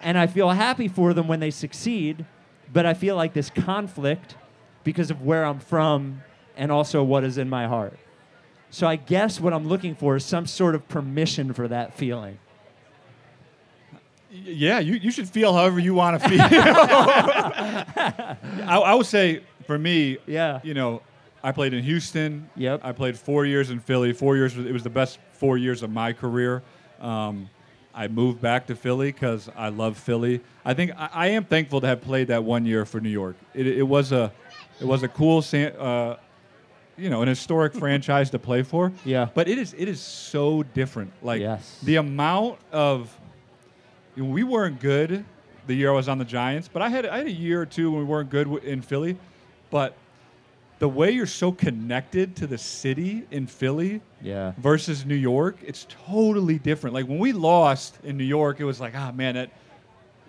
Speaker 1: and I feel happy for them when they succeed, but I feel like this conflict because of where I'm from and also what is in my heart. So I guess what I'm looking for is some sort of permission for that feeling.
Speaker 7: Y- yeah. You, you should feel however you want to feel. I, I would say for me,
Speaker 1: Yeah.
Speaker 7: you know, I played in Houston.
Speaker 1: Yep.
Speaker 7: I played four years in Philly. Four years. was- It was the best four years of my career. Um, I moved back to Philly because I love Philly. I think I, I am thankful to have played that one year for New York. It, it was a, it was a cool, san- uh, you know, an historic franchise to play for.
Speaker 1: Yeah.
Speaker 7: But it is it is so different. Like
Speaker 1: Yes.
Speaker 7: the amount of we weren't good the year I was on the Giants, but I had I had a year or two when we weren't good w- in Philly, but the way you're so connected to the city in Philly
Speaker 1: Yeah.
Speaker 7: versus New York, it's totally different. Like when we lost in New York, it was like, ah man, it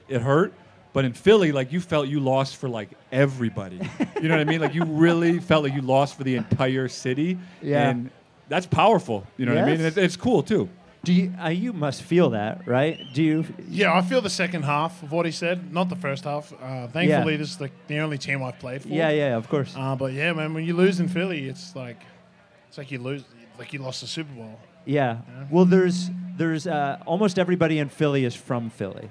Speaker 7: it hurt. But in Philly, like you felt you lost for like everybody. You know what I mean? Like you really felt like you lost for the entire city.
Speaker 1: Yeah.
Speaker 7: And that's powerful. You know what I
Speaker 1: Yes.
Speaker 7: mean? And it's, it's cool too.
Speaker 1: Do you uh, you must feel that, right? Do you
Speaker 8: Yeah, I feel the second half of what he said, not the first half. Uh, thankfully, this is like the only team I've played for.
Speaker 1: Yeah, yeah, of course.
Speaker 8: Uh, but yeah, man, when you lose in Philly, it's like it's like you lose, like you lost the Super Bowl.
Speaker 1: Yeah. Well, there's there's uh, almost everybody in Philly is from Philly,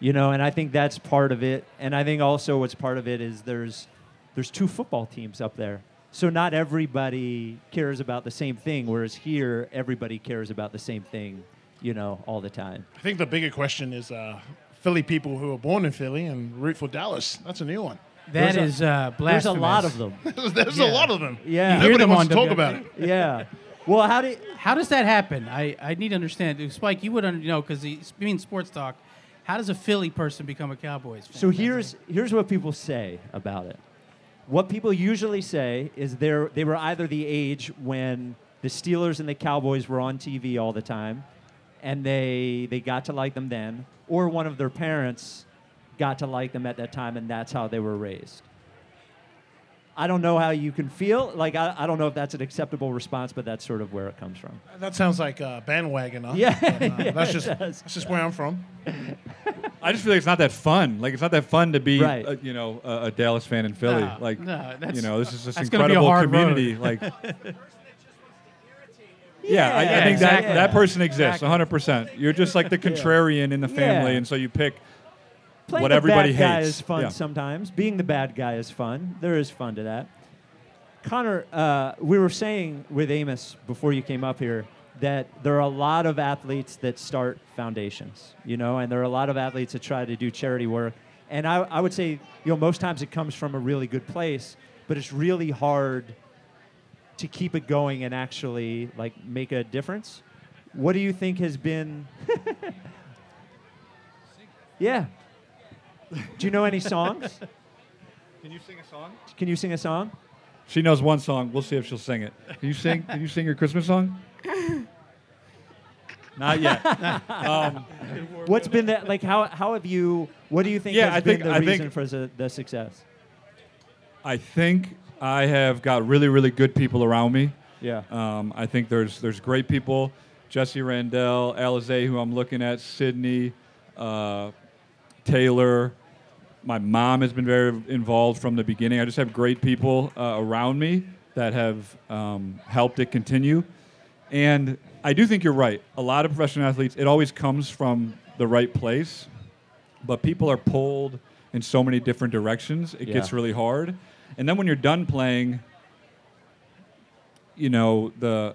Speaker 1: you know, and I think that's part of it. And I think also what's part of it is there's there's two football teams up there, so not everybody cares about the same thing. Whereas here, everybody cares about the same thing, you know, all the time.
Speaker 8: I think the bigger question is uh, Philly people who are born in Philly and root for Dallas. That's a new one.
Speaker 2: that
Speaker 1: There's
Speaker 2: is uh, blasphemous.
Speaker 1: There's a lot of them.
Speaker 8: There's a lot of them.
Speaker 1: Yeah. You hear
Speaker 8: Nobody
Speaker 2: them
Speaker 8: wants
Speaker 2: on
Speaker 8: to talk
Speaker 2: WIP.
Speaker 8: about it.
Speaker 1: Yeah. Well, how do you,
Speaker 2: How does that happen? I, I need to understand. Uh, Spike, you would under, you know because being sports talk, how does a Philly person become a Cowboys fan?
Speaker 1: So here's here's what people say about it. What people usually say is they they were either the age when the Steelers and the Cowboys were on TV all the time, and they they got to like them then, or one of their parents got to like them at that time, and that's how they were raised. I don't know how you can feel. Like I, I don't know if that's an acceptable response, but that's sort of where it comes from.
Speaker 8: That sounds like uh, bandwagon. Huh?
Speaker 1: Yeah,
Speaker 8: Uh,
Speaker 1: yeah,
Speaker 8: that's
Speaker 1: it
Speaker 8: just
Speaker 1: does.
Speaker 8: that's just where I'm from.
Speaker 7: I just feel like it's not that fun. Like it's not that fun to be,
Speaker 1: Right.
Speaker 7: uh, you know, a, a Dallas fan in Philly.
Speaker 2: No,
Speaker 7: like,
Speaker 2: no, that's-
Speaker 7: you know, this is this
Speaker 2: that's gonna be a
Speaker 7: incredible
Speaker 2: hard road.
Speaker 7: community. Like, yeah, I, I
Speaker 1: Yeah,
Speaker 7: think
Speaker 1: exactly.
Speaker 7: that that person exists 100. percent You're just like the contrarian in the family,
Speaker 1: Yeah.
Speaker 7: and so you pick.
Speaker 1: Playing
Speaker 7: what
Speaker 1: the
Speaker 7: everybody
Speaker 1: bad guy
Speaker 7: hates.
Speaker 1: is fun
Speaker 7: Yeah.
Speaker 1: sometimes. Being the bad guy is fun. There is fun to that. Connor, uh, we were saying with Amos before you came up here that there are a lot of athletes that start foundations, you know, and there are a lot of athletes that try to do charity work. And I, I would say, you know, most times it comes from a really good place, but it's really hard to keep it going and actually like make a difference. What do you think has been? yeah. Do you know any songs?
Speaker 7: Can you sing a song?
Speaker 1: Can you sing a song?
Speaker 7: She knows one song. We'll see if she'll sing it. Can you sing? Can you sing your Christmas song? Not yet. Um,
Speaker 1: What's been that like? How how have you? What do you think
Speaker 7: Yeah,
Speaker 1: has
Speaker 7: I
Speaker 1: been
Speaker 7: think-
Speaker 1: the
Speaker 7: I think-
Speaker 1: reason for the, the success?
Speaker 7: I think I have got really, really good people around me.
Speaker 1: Yeah.
Speaker 7: Um, I think there's there's great people. Jesse Randell, Alize, who I'm looking at, Sydney, uh, Taylor. My mom has been very involved from the beginning. I just have great people uh, around me that have um, helped it continue. And I do think you're right. A lot of professional athletes, it always comes from the right place, but people are pulled in so many different directions. It
Speaker 1: Yeah.
Speaker 7: gets really hard. And then when you're done playing, you know the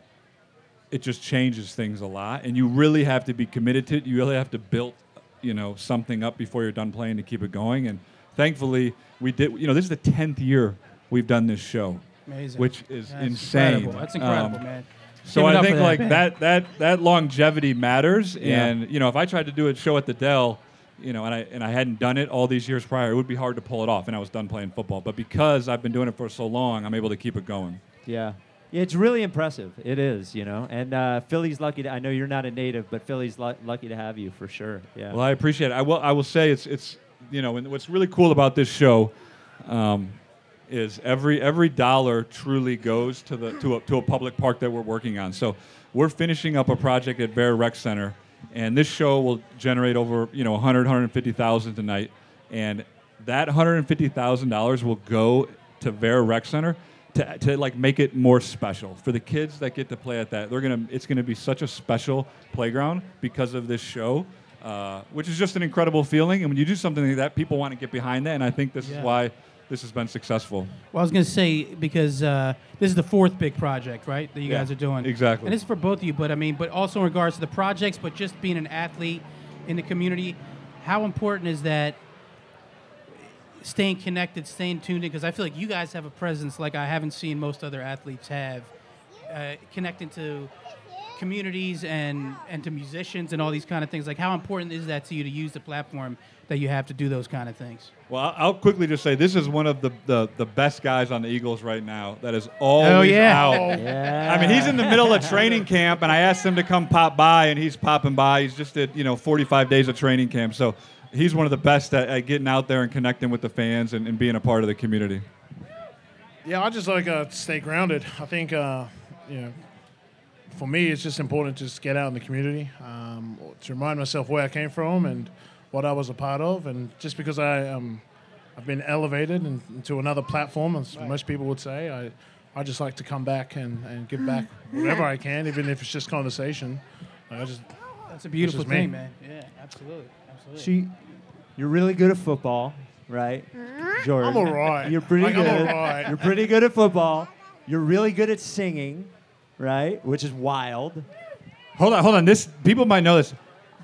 Speaker 7: it just changes things a lot and you really have to be committed to it you really have to build you know something up before you're done playing to keep it going and thankfully we did you know this is the 10th year we've done this show
Speaker 2: Amazing.
Speaker 7: which is
Speaker 2: That's
Speaker 7: insane
Speaker 2: Incredible. That's incredible,
Speaker 7: Um,
Speaker 2: man.
Speaker 7: so
Speaker 2: Give it
Speaker 7: i
Speaker 2: up
Speaker 7: think
Speaker 2: for that.
Speaker 7: like that that that longevity matters and you know if i tried to do a show at the dell you know and i and i hadn't done it all these years prior it would be hard to pull it off and i was done playing football but because i've been doing it for so long i'm able to keep it going
Speaker 1: Yeah. It's really impressive. It is, you know. And uh, Philly's lucky. To, I know you're not a native, but Philly's lu- lucky to have you for sure. Yeah.
Speaker 7: Well, I appreciate it. I will. I will say it's it's you know, and what's really cool about this show um, is every every dollar truly goes to the to a, to a public park that we're working on. So we're finishing up a project at Bear Rec Center, and this show will generate over you know 100 150,000 tonight, and that 150,000 dollars will go to Bear Rec Center. To, to like make it more special for the kids that get to play at that, they're gonna. It's gonna be such a special playground because of this show, uh, which is just an incredible feeling. And when you do something like that, people want to get behind that. And I think this
Speaker 2: Yeah.
Speaker 7: is why this has been successful.
Speaker 2: Well, I was going to say because uh, this is the fourth big project, right? That you
Speaker 7: Yeah,
Speaker 2: guys are doing.
Speaker 7: exactly.
Speaker 2: And this is for both of you, but I mean, but also in regards to the projects, but just being an athlete in the community, how important is that? Staying connected, staying tuned in, because I feel like you guys have a presence like I haven't seen most other athletes have, uh, connecting to communities and and to musicians and all these kind of things. Like, how important is that to you to use the platform that you have to do those kind of things?
Speaker 7: Well, I- I'll quickly just say this is one of the, the, the best guys on the Eagles right now that is always
Speaker 2: yeah.
Speaker 7: out.
Speaker 1: yeah.
Speaker 7: I mean, he's in the middle of training camp, and I asked him to come pop by, and he's popping by. He's just at you know 45 days of training camp, so he's one of the best at, at getting out there and connecting with the fans and, and being a part of the community.
Speaker 8: Yeah, I just like uh, to stay grounded. I think, uh, you know, for me, it's just important to just get out in the community, um, to remind myself where I came from and what I was a part of. And just because I, um, I've been elevated in, into another platform, as most people would say, I, I just like to come back and, and give back whatever I can, even if it's just conversation. Like, I just,
Speaker 2: That's a beautiful
Speaker 8: is me.
Speaker 2: thing, man. Yeah, absolutely, absolutely.
Speaker 1: She, you're really good at football, right? Jordan.
Speaker 8: I'm all right.
Speaker 1: You're pretty
Speaker 8: Like, I'm
Speaker 1: good.
Speaker 8: all right.
Speaker 1: You're pretty good at football. You're really good at singing, right? Which is wild.
Speaker 7: Hold on, hold on. This people might know this.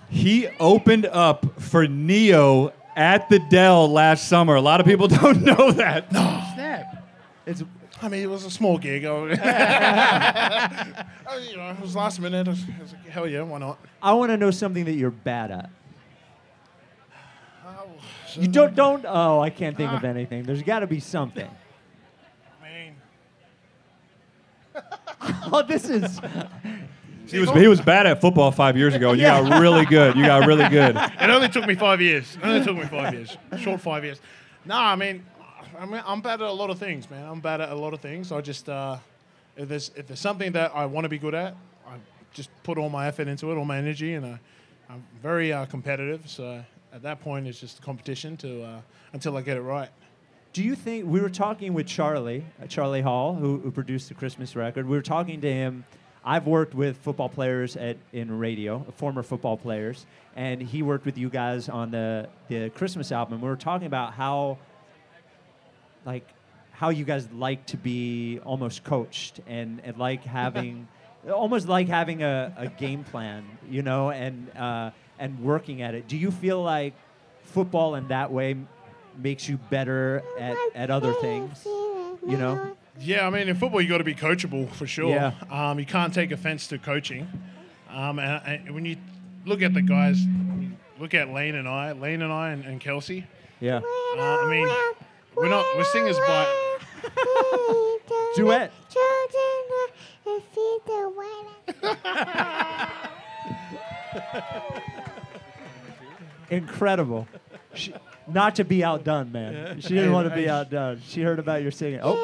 Speaker 7: He opened up for Neo at the Dell last summer. A lot of people don't know that.
Speaker 2: Snap.
Speaker 1: It's
Speaker 8: I mean, it was a small gig. I was- I was, you know, it was last minute. I was, I was like, hell yeah, why not?
Speaker 1: I want to know something that you're bad at. You don't don't. Oh, I can't think of anything. There's got to be something.
Speaker 8: I mean,
Speaker 1: Oh, this is.
Speaker 7: He was he was bad at football five years ago, and you got really good. You got really good.
Speaker 8: it only took me five years. It only took me five years. Short five years. No, I mean, I mean, I'm bad at a lot of things, man. I'm bad at a lot of things. I just, uh, if there's if there's something that I want to be good at, I just put all my effort into it, all my energy, and I, I'm very uh, competitive. So at that point, it's just competition to uh, until I get it right.
Speaker 1: Do you think we were talking with Charlie, uh, Charlie Hall, who, who produced the Christmas record? We were talking to him. I've worked with football players at in radio, former football players, and he worked with you guys on the the Christmas album. We were talking about how, like, how you guys like to be almost coached and, and like having, almost like having a, a game plan, you know, and uh, and working at it. Do you feel like football in that way makes you better at, at other things. You know?
Speaker 8: Yeah, I mean, in football, you got to be coachable for sure.
Speaker 1: Yeah.
Speaker 8: Um, you can't take offense to coaching. Um, and, and when you look at the guys, you look at Lane and I, Lane and I, and, and Kelsey.
Speaker 1: Yeah.
Speaker 8: Uh, I mean, we're not we're singers by
Speaker 1: Duet. Incredible. She, not to be outdone, man. She didn't want to be outdone. She heard about your singing. Oh.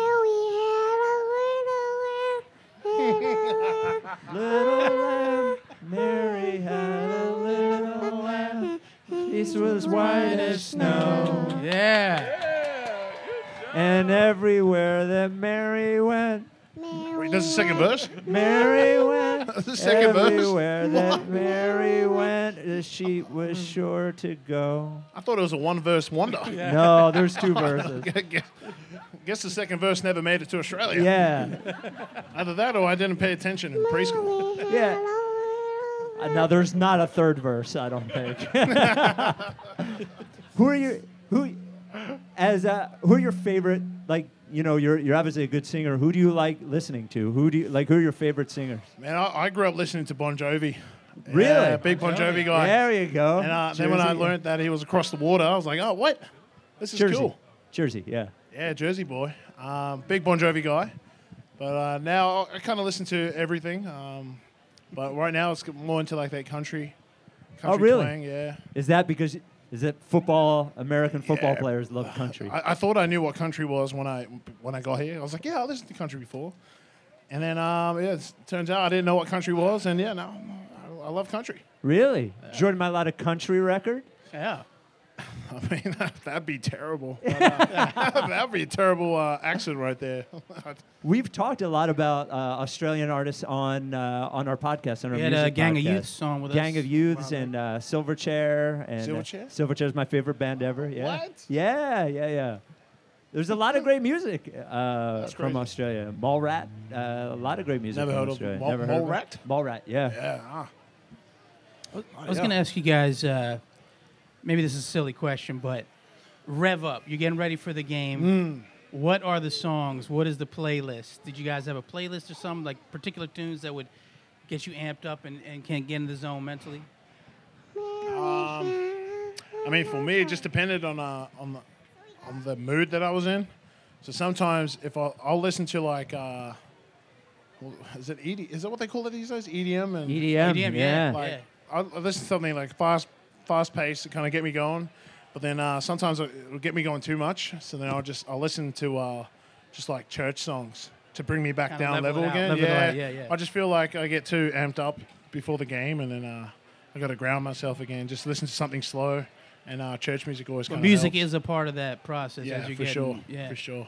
Speaker 1: Little lamb, Mary had a little lamb. This was white as snow.
Speaker 2: Yeah.
Speaker 1: And everywhere that Mary went,
Speaker 8: Wait, that's the second verse.
Speaker 1: Mary went.
Speaker 8: the second verse.
Speaker 1: everywhere that Mary went, the sheep was sure to go.
Speaker 8: I thought it was a one verse wonder.
Speaker 1: No, there's two verses.
Speaker 8: guess, guess the second verse never made it to Australia.
Speaker 1: Yeah.
Speaker 8: Either that or I didn't pay attention in preschool.
Speaker 1: Yeah. Uh, no, there's not a third verse, I don't think. who are you? Who, as uh, who are your favorite? Like, you know, you're you're obviously a good singer. Who do you like listening to? Who do you like? Who are your favorite singers?
Speaker 8: Man, I, I grew up listening to Bon Jovi.
Speaker 1: Really?
Speaker 8: Yeah, big Bon Jovi guy.
Speaker 1: There you go.
Speaker 8: And uh, then when I
Speaker 1: Jersey.
Speaker 8: learned that he was across the water, I was like, oh, what? This is
Speaker 1: Jersey,
Speaker 8: cool.
Speaker 1: Jersey, yeah.
Speaker 8: Yeah, Jersey boy. Um, big Bon Jovi guy. But uh, now I kind of listen to everything. Um, but right now it's more into like that country. country
Speaker 1: Oh, really?
Speaker 8: Twang, yeah.
Speaker 1: Is that because is it football? American football
Speaker 8: Yeah.
Speaker 1: players love country.
Speaker 8: I, I thought I knew what country was when I when I got here. I was like, yeah, I listened to country before. And then um, yeah, it turns out I didn't know what country was. And yeah, now I, I love country.
Speaker 1: really? Jordan, my lot of country record.
Speaker 8: Yeah. I mean, that'd be terrible. But, uh, that'd be a terrible uh, accent right there.
Speaker 1: We've talked a lot about uh, Australian artists on uh, on our podcast. On our
Speaker 2: We had
Speaker 1: music
Speaker 2: a Gang of
Speaker 1: podcast.
Speaker 2: Youths on with
Speaker 1: Gang
Speaker 2: us.
Speaker 1: of Youths and uh, Silverchair and uh,
Speaker 8: Silverchair?
Speaker 1: Silverchair's my favorite band ever. Yeah.
Speaker 8: What?
Speaker 1: Yeah, yeah, yeah. There's a lot of great music uh, from
Speaker 8: crazy.
Speaker 1: Australia. Mallrat, uh, a lot of great music.
Speaker 8: Never
Speaker 1: from
Speaker 8: heard of
Speaker 1: Australia.
Speaker 8: Mall-
Speaker 1: Never heard of
Speaker 8: Mallrat?
Speaker 1: it? Mallrat, yeah.
Speaker 8: yeah. ah.
Speaker 2: I was gonna ask you guys. Uh, maybe this is a silly question, but rev up. You're getting ready for the game. What are the songs? What is the playlist? Did you guys have a playlist or some like particular tunes that would get you amped up and, and can get in the zone mentally?
Speaker 8: I mean, for me, it just depended on uh, on the on the mood that I was in. So sometimes, if I, I'll listen to like, uh, well, is it ED, Is that what they call it these days? EDM and
Speaker 1: EDM,
Speaker 2: EDM,
Speaker 1: yeah.
Speaker 2: E yeah.
Speaker 8: like I, I listen to something like fast fast paced to kind of get me going. But then uh, sometimes it- it'll get me going too much. So then I'll just I'll listen to uh, just like church songs to bring me back
Speaker 2: Kinda
Speaker 8: down
Speaker 2: level
Speaker 8: level,
Speaker 2: it out,
Speaker 8: again.
Speaker 2: level it
Speaker 8: yeah.
Speaker 2: out, yeah, yeah.
Speaker 8: I just feel like I get too amped up before the game, and then uh, I got to ground myself again. Just listen to something slow, and uh, church music always.
Speaker 2: Well,
Speaker 8: kinda
Speaker 2: music
Speaker 8: helps.
Speaker 2: is a part of that process.
Speaker 8: yeah
Speaker 2: as you're
Speaker 8: for
Speaker 2: getting,
Speaker 8: sure
Speaker 2: Yeah,
Speaker 8: for sure.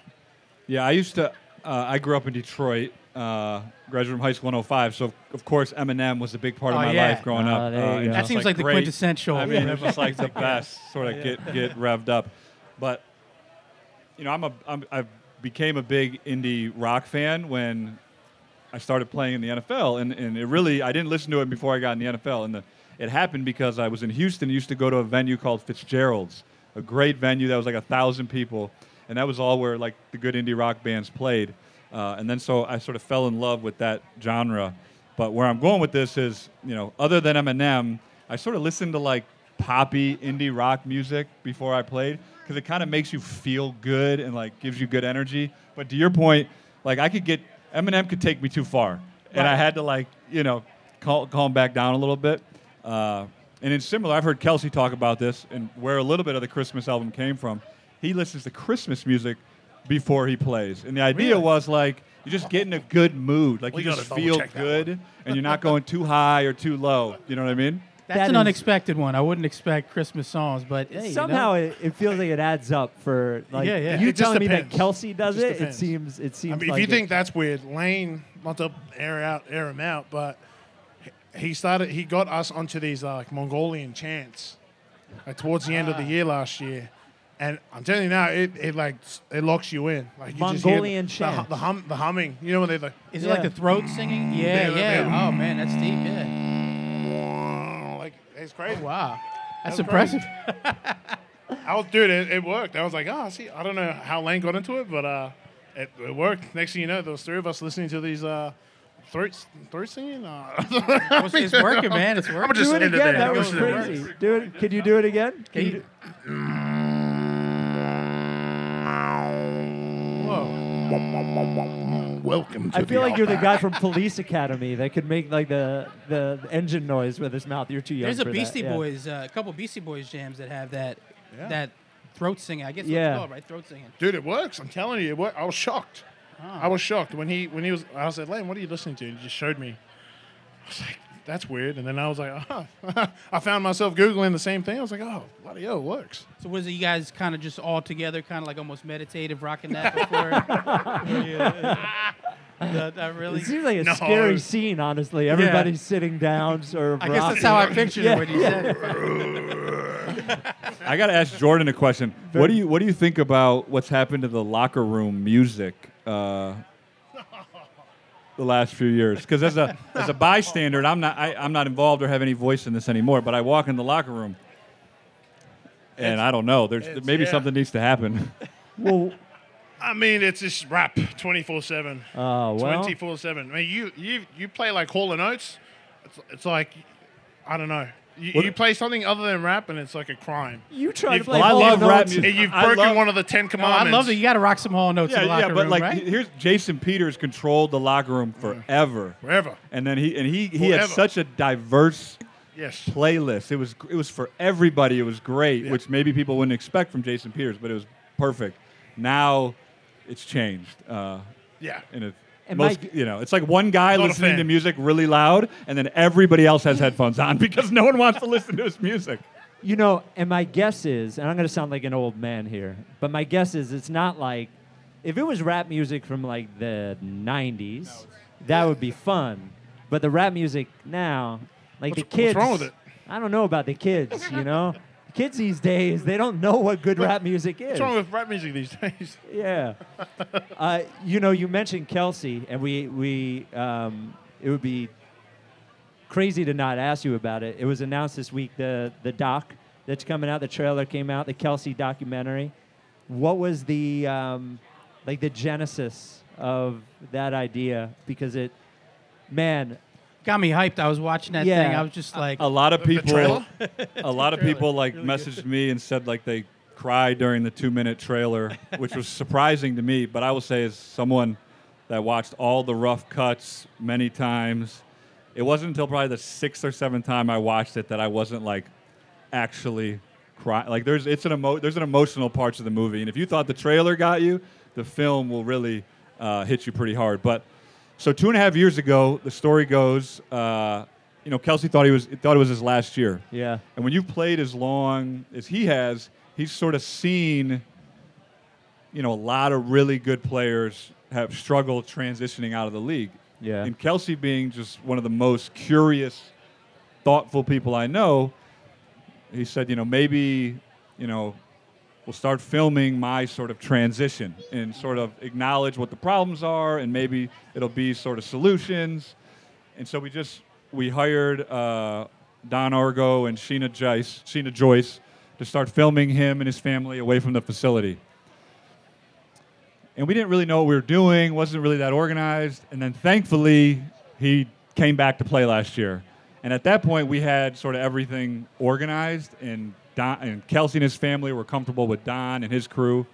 Speaker 7: Yeah, I used to. Uh, I grew up in Detroit, uh, graduated from high school in 05, so of course Eminem was a big part of
Speaker 2: Oh,
Speaker 7: my
Speaker 2: yeah.
Speaker 7: life growing
Speaker 1: Ah,
Speaker 7: up.
Speaker 1: there you
Speaker 7: Uh,
Speaker 1: go.
Speaker 7: it's
Speaker 1: That
Speaker 7: just,
Speaker 2: seems like the
Speaker 7: great.
Speaker 2: quintessential.
Speaker 7: I mean, it was like the best sort of get get revved up. But you know, I'm a I'm, I became a big indie rock fan when I started playing in the NFL, and, and it really I didn't listen to it before I got in the NFL, and the, it happened because I was in Houston, used to go to a venue called Fitzgerald's, a great venue that was like a thousand people, and that was all where like the good indie rock bands played, Uh, and then so I sort of fell in love with that genre. But where I'm going with this is, you know, other than Eminem, I sort of listened to like poppy indie rock music before I played because it kind of makes you feel good and like gives you good energy. But to your point, like I could get Eminem could take me too far, and I had to like you know cal- calm back down a little bit. Uh, and it's similar. I've heard Kelsey talk about this and where a little bit of the Christmas album came from. He listens to Christmas music before he plays, and the idea
Speaker 8: Really?
Speaker 7: was like you just get in a good mood, like
Speaker 8: We
Speaker 7: you just
Speaker 8: gotta double
Speaker 7: feel
Speaker 8: check that
Speaker 7: good, and you're not going too high or too low. You know what I mean?
Speaker 2: That's
Speaker 1: That
Speaker 2: an
Speaker 1: is-
Speaker 2: unexpected one. I wouldn't expect Christmas songs, but hey, you
Speaker 1: Somehow
Speaker 2: know,
Speaker 1: it, it feels like it adds up for like
Speaker 2: Yeah, yeah.
Speaker 1: you
Speaker 8: It just
Speaker 1: telling me that
Speaker 8: depends.
Speaker 1: Kelsey does
Speaker 8: Just
Speaker 1: it.
Speaker 8: depends.
Speaker 1: It seems it seems.
Speaker 8: I mean, if
Speaker 1: like
Speaker 8: you
Speaker 1: it.
Speaker 8: think that's weird, Lane, not to air out, air him out, but he- he started, he got us onto these uh, like Mongolian chants like, towards the end of the year last year. And I'm telling you now, it, it like s- it locks you in. Like you
Speaker 1: Mongolian
Speaker 8: just hear the, the, hu-
Speaker 1: chants.
Speaker 8: the hum, the humming. You know when they like,
Speaker 2: is it like
Speaker 1: yeah.
Speaker 2: the throat singing? Yeah,
Speaker 8: Yeah,
Speaker 2: yeah.
Speaker 8: yeah.
Speaker 2: Oh man, that's deep. Yeah.
Speaker 8: like it's crazy.
Speaker 2: Wow, that's,
Speaker 8: That's
Speaker 2: impressive.
Speaker 8: I was, dude, it, it worked. I was like, oh, see, I don't know how Lane got into it, but uh, it, it worked. Next thing you know, there was three of us listening to these uh, throat, throat singing. Uh,
Speaker 2: It's- it's working, man. It's working.
Speaker 8: I'm just
Speaker 1: do it
Speaker 8: end it
Speaker 1: again. That
Speaker 8: there. Go
Speaker 1: was
Speaker 8: to the next.
Speaker 1: crazy. Do it. Could you do it again? Can you do-
Speaker 8: Welcome to
Speaker 1: I feel like you're the guy from Police Academy that could make like the the engine noise with his mouth. You're too young.
Speaker 2: There's a
Speaker 1: for that,
Speaker 2: Beastie
Speaker 1: yeah.
Speaker 2: Boys, uh, a couple Beastie Boys jams that have that that throat singing. I guess that's what
Speaker 1: Yeah.
Speaker 2: it's called, right? Throat singing.
Speaker 8: dude. It works. I'm telling you, it worked. I was shocked.
Speaker 1: Ah.
Speaker 8: I was shocked when he when he was. I said, Lane, what are you listening to? And he just showed me. I was like, that's weird. And then I was like, oh. I found myself googling the same thing. I was like, oh, bloody hell, it works.
Speaker 2: So was it you guys kind of just all together, kind of like almost meditative, rocking that before? were you, that, that really.
Speaker 1: It seems like a
Speaker 8: No.
Speaker 1: scary scene, honestly. Everybody's sitting down, sort of.
Speaker 2: I guess that's how I pictured it when you said it.
Speaker 7: I gotta ask Jordan a question. What do you What do you think about what's happened to the locker room music uh, the last few years? Because as a as a bystander, I'm not I, I'm not involved or have any voice in this anymore. But I walk in the locker room, and I don't know. There's
Speaker 8: it's-
Speaker 7: maybe
Speaker 8: yeah.
Speaker 7: something needs to happen.
Speaker 1: Well,
Speaker 8: I mean, it's just rap, twenty four seven.
Speaker 1: uh, well,
Speaker 8: Twenty four seven. I mean, you you you play like Hall and Oates. It's, it's like, I don't know. You, you play something other than rap, and it's like a crime.
Speaker 1: you try to
Speaker 8: You've-
Speaker 1: play.
Speaker 7: I
Speaker 1: Hall
Speaker 7: love
Speaker 1: and
Speaker 7: rap
Speaker 1: Oates.
Speaker 7: music.
Speaker 8: You've
Speaker 7: I
Speaker 8: broken
Speaker 7: love-
Speaker 8: one of the ten
Speaker 2: No, I
Speaker 8: commandments.
Speaker 2: love that you got to rock some Hall notes in the locker
Speaker 7: but
Speaker 2: room,
Speaker 7: like
Speaker 2: right?
Speaker 7: here's Jason Peters controlled the locker room forever,
Speaker 8: Forever.
Speaker 7: and then he and he he had
Speaker 8: Forever.
Speaker 7: such a diverse
Speaker 8: Yes.
Speaker 7: playlist. It was it was for everybody. It was great,
Speaker 8: Yeah.
Speaker 7: which maybe people wouldn't expect from Jason Peters, but it was perfect. Now it's changed. Uh,
Speaker 8: Yeah.
Speaker 7: and it,
Speaker 1: And
Speaker 7: most
Speaker 1: Mike-
Speaker 7: you know, it's like one guy
Speaker 8: Not a
Speaker 7: listening to
Speaker 8: fan.
Speaker 7: music really loud, and then everybody else has headphones on because no one wants to listen to his music.
Speaker 1: You know, and my guess is, and I'm going to sound like an old man here, but my guess is it's not like if it was rap music from like the 90s, that would be fun. But the rap music now, like the
Speaker 8: What's-
Speaker 1: kids,
Speaker 8: what's wrong with it?
Speaker 1: I don't know about the kids. You know, kids these days they don't know what good rap music is.
Speaker 8: What's wrong with rap music these days?
Speaker 1: Yeah. uh, you know, you mentioned Kelsey, and we we um, it would be crazy to not ask you about it. It was announced this week the the doc that's coming out. The trailer came out. The Kelsey documentary. What was the um, like the genesis of that idea? Because it, man,
Speaker 2: got me hyped. I was watching that
Speaker 1: Yeah.
Speaker 2: thing. I was just like,
Speaker 7: A lot of people,
Speaker 8: trailer?
Speaker 7: a lot of people like messaged me and said like they cried during the two-minute trailer, which was surprising to me. But I will say, as someone that watched all the rough cuts many times, it wasn't until probably the sixth or seventh time I watched it that I wasn't like actually crying. Like there's it's an emo- there's an emotional parts of the movie, and if you thought the trailer got you, the film will really uh, hit you pretty hard. But so two and a half years ago, the story goes, uh, you know, Kelsey thought he was thought it was his last year.
Speaker 1: yeah,
Speaker 7: And when you've played as long as he has, he's sort of seen, you know, a lot of really good players have struggled transitioning out of the league.
Speaker 1: Yeah.
Speaker 7: And Kelsey being just one of the most curious, thoughtful people I know, he said, you know, maybe, you know, we'll start filming my sort of transition and sort of acknowledge what the problems are and maybe it'll be sort of solutions and so we just we hired uh, don argo and sheena joyce sheena joyce to start filming him and his family away from the facility and we didn't really know what we were doing. wasn't really that organized. And then thankfully, he came back to play last year. And at that point, we had sort of everything organized, and Don and Kelsey and his family were comfortable with Don and his crew,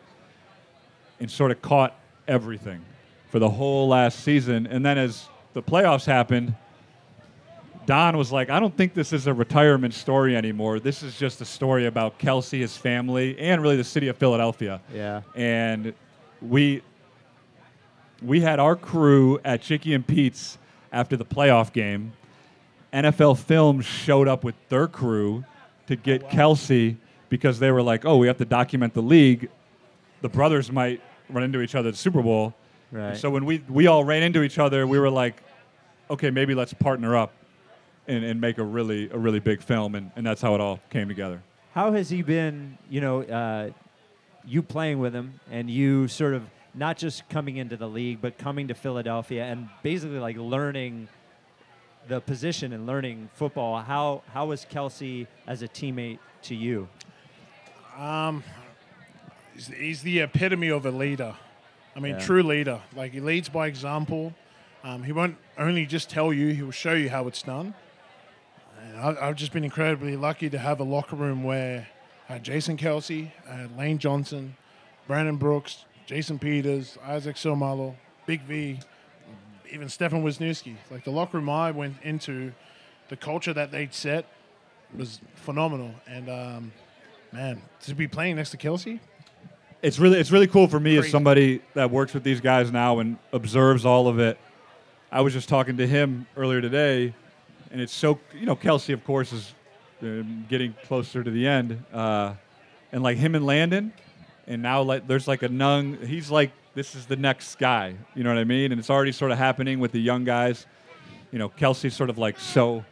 Speaker 7: and sort of caught everything for the whole last season. And then as the playoffs happened, Don was like, I don't think this is a retirement story anymore. This is just a story about Kelsey, his family, and really the city of Philadelphia.
Speaker 4: Yeah.
Speaker 7: And we we had our crew at Chicky and Pete's after the playoff game. NFL Films showed up with their crew to get Kelsey because they were like, "Oh, we have to document the league. The brothers might run into each other at the Super Bowl."
Speaker 1: Right.
Speaker 7: So when we we all ran into each other, we were like, "Okay, maybe let's partner up and, and make a really a really big film." And, and that's how it all came together.
Speaker 1: How has he been, you know, uh, you playing with him and you sort of not just coming into the league, but coming to Philadelphia and basically like learning the position and learning football? How, how was Kelsey as a teammate to you?
Speaker 8: Um, he's, he's the epitome of a leader. I mean,
Speaker 1: Yeah.
Speaker 8: true leader. Like he leads by example. Um, he won't only just tell you; he will show you how it's done. And I, I've just been incredibly lucky to have a locker room where uh, Jason Kelsey, uh, Lane Johnson, Brandon Brooks, Jason Peters, Isaac Silmalo, Big V, even Stefan Wisniewski. Like the locker room I went into, the culture that they'd set was phenomenal. And um, man, to be playing next to Kelsey,
Speaker 7: it's really it's really cool for me as
Speaker 8: Crazy.
Speaker 7: somebody that works with these guys now and observes all of it. I was just talking to him earlier today, and it's so you know Kelsey of course is um, getting closer to the end, uh, and like him and Landon, and now like there's like a nung. He's like this is the next guy, you know what I mean? And it's already sort of happening with the young guys. You know, Kelsey's sort of like so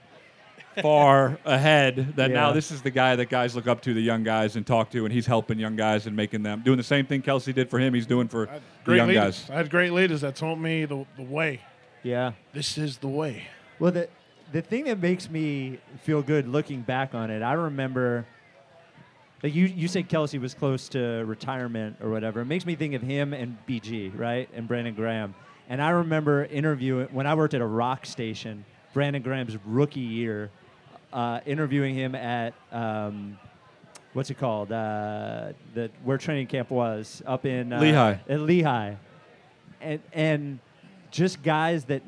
Speaker 7: far ahead that now
Speaker 1: Yeah.
Speaker 7: this is the guy that guys look up to, the young guys, and talk to, and he's helping young guys and making them doing the same thing Kelsey did for him. He's doing for
Speaker 8: I had
Speaker 7: the
Speaker 8: great
Speaker 7: young
Speaker 8: leaders.
Speaker 7: guys.
Speaker 8: I had great leaders that taught me the, the way.
Speaker 1: Yeah.
Speaker 8: This is the way.
Speaker 1: Well, the the thing that makes me feel good looking back on it, I remember. Like you, you said Kelsey was close to retirement or whatever. It makes me think of him and BG, right? And Brandon Graham. And I remember interviewing when I worked at a rock station, Brandon Graham's rookie year, uh, interviewing him at um, what's it called? Uh, the where training camp was up in uh,
Speaker 7: Lehigh.
Speaker 1: At Lehigh, and and just guys that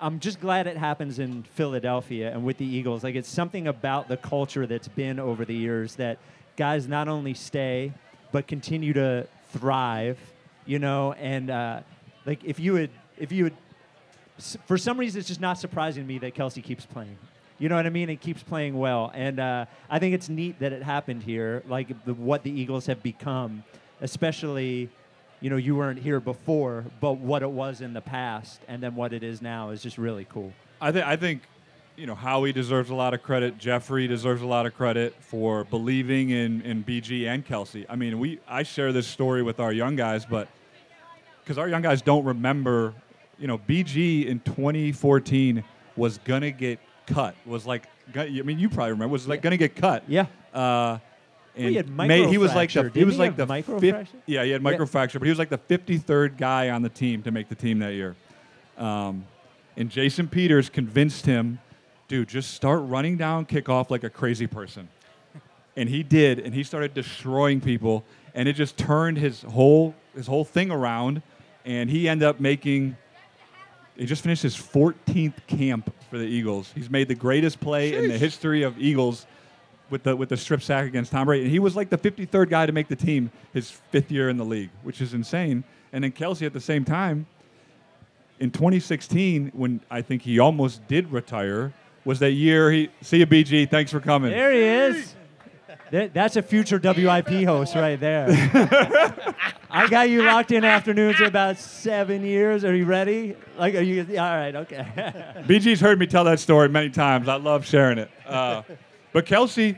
Speaker 1: I'm just glad it happens in Philadelphia and with the Eagles. Like it's something about the culture that's been over the years that guys not only stay but continue to thrive, you know. And uh, like if you would, if you would, s- for some reason, it's just not surprising to me that Kelsey keeps playing. You know what I mean? It keeps playing well, and uh, I think it's neat that it happened here. Like the, what the Eagles have become, especially you know, you weren't here before, but what it was in the past and then what it is now is just really cool.
Speaker 7: I think I think you know Howie deserves a lot of credit. Jeffrey deserves a lot of credit for believing in in BG and Kelsey. I mean, we I share this story with our young guys, but because our young guys don't remember, you know, BG in 2014 was gonna get cut. Was like, gu- I mean, you probably remember was like gonna get cut.
Speaker 1: Yeah.
Speaker 7: Uh, and
Speaker 1: he had
Speaker 7: May- he was like
Speaker 1: microfracture.
Speaker 7: the he
Speaker 1: Didn't
Speaker 7: was
Speaker 1: he
Speaker 7: like
Speaker 1: have
Speaker 7: the fif-
Speaker 1: microfracture?
Speaker 7: yeah he had
Speaker 1: Yeah.
Speaker 7: microfracture, but he was like the 53rd guy on the team to make the team that year. Um, and Jason Peters convinced him, dude, just start running down kickoff like a crazy person. And he did, and he started destroying people, and it just turned his whole his whole thing around, and he ended up making. He just finished his 14th camp for the Eagles. He's made the greatest play in the history of Eagles with the with the strip sack against Tom Brady, and he was like the 53rd guy to make the team his fifth year in the league, which is insane. And then Kelsey at the same time in 2016, when I think he almost did retire, was that year he see you BG, thanks for coming.
Speaker 1: There he is. That- That's a future WIP host right there. I got you locked in afternoons in about seven years. Are you ready? Like, are you? All right, okay.
Speaker 7: BG's heard me tell that story many times. I love sharing it. Uh, but Kelsey,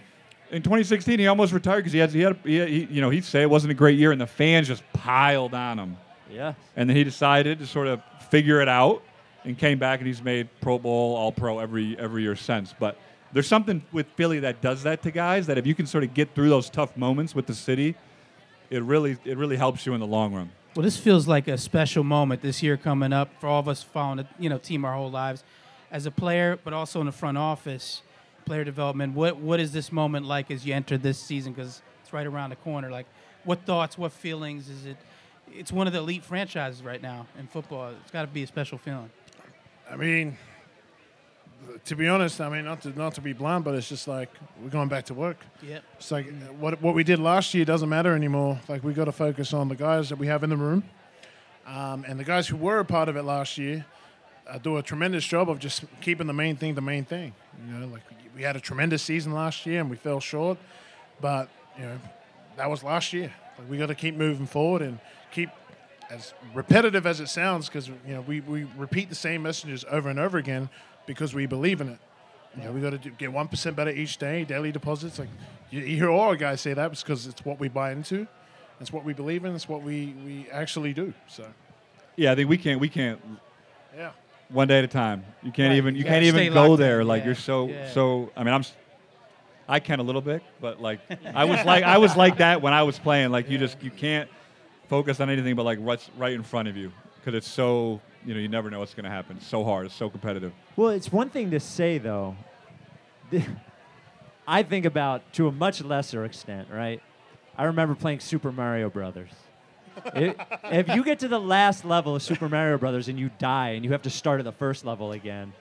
Speaker 7: in 2016, he almost retired because he had, he had he, he, you know he'd say it wasn't a great year, and the fans just piled on him.
Speaker 1: yeah.
Speaker 7: And then he decided to sort of figure it out and came back and he's made Pro Bowl, All Pro every every year since. But there's something with Philly that does that to guys that if you can sort of get through those tough moments with the city, it really it really helps you in the long run.
Speaker 2: Well, this feels like a special moment this year coming up for all of us following the you know team our whole lives, as a player, but also in the front office, player development. What what is this moment like as you enter this season? Because it's right around the corner. Like, what thoughts, what feelings? Is it? It's one of the elite franchises right now in football. It's got to be a special feeling.
Speaker 8: I mean, to be honest, I mean, not to, not to be blunt, but it's just like we're going back to work.
Speaker 2: Yep.
Speaker 8: It's like what, what we did last year doesn't matter anymore. Like, we got to focus on the guys that we have in the room. Um, and the guys who were a part of it last year uh, do a tremendous job of just keeping the main thing the main thing. You know, like we had a tremendous season last year and we fell short, but, you know, that was last year. Like, we got to keep moving forward and keep as repetitive as it sounds, because you know we, we repeat the same messages over and over again because we believe in it. You know, we got to do, get one percent better each day, daily deposits. Like you, you hear all our guys say that, because it's what we buy into, it's what we believe in, it's what we we actually do. So
Speaker 7: Yeah, I think we can't. We can't.
Speaker 8: yeah,
Speaker 7: One day at a time. You can't
Speaker 2: Right,
Speaker 7: even. You
Speaker 2: yeah,
Speaker 7: can't
Speaker 2: stay
Speaker 7: even go
Speaker 2: locked
Speaker 7: there.
Speaker 2: in,
Speaker 7: Like
Speaker 2: yeah,
Speaker 7: you're so
Speaker 2: yeah.
Speaker 7: so. I mean, I'm. s- I can a little bit, but like I was like I was like that when I was playing. Like you just you can't focus on anything but like what's right in front of you because it's so you know you never know what's going to happen. It's so hard. It's so competitive.
Speaker 1: Well, it's one thing to say though. th- I think about to a much lesser extent, right? I remember playing Super Mario Brothers. It- if you get to the last level of Super Mario Brothers and you die and you have to start at the first level again,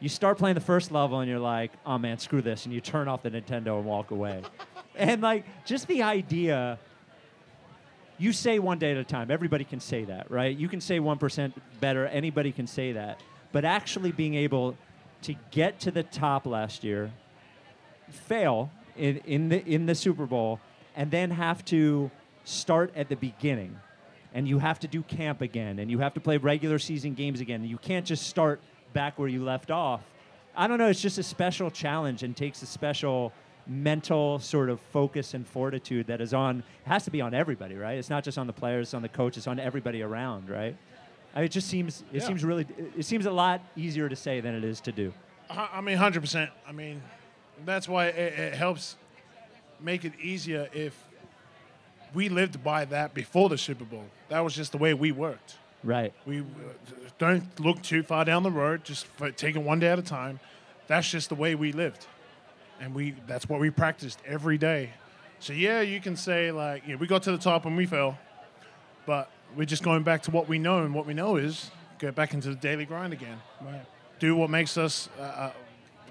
Speaker 1: you start playing the first level and you're like, "Oh man, screw this," and you turn off the Nintendo and walk away. and like just the idea you say one day at a time. Everybody can say that, right? You can say 1% better. Anybody can say that. But actually being able to get to the top last year, fail in, in, the, in the Super Bowl, and then have to start at the beginning. And you have to do camp again, and you have to play regular season games again. You can't just start back where you left off. I don't know. It's just a special challenge and takes a special mental sort of focus and fortitude that is on has to be on everybody, right? It's not just on the players, it's on the coach, it's on everybody around, right? I mean, it just seems it seems really it seems a lot easier to say than it is to do.
Speaker 8: I I mean, hundred percent. I mean, that's why it, it helps make it easier if we lived by that before the Super Bowl. That was just the way we worked.
Speaker 1: Right.
Speaker 8: We uh, don't look too far down the road. Just f- take it one day at a time. That's just the way we lived, and we that's what we practiced every day. So yeah, you can say like, yeah, we got to the top and we fell, but we're just going back to what we know, and what we know is go back into the daily grind again.
Speaker 2: Right.
Speaker 8: Do what makes us. Uh, uh,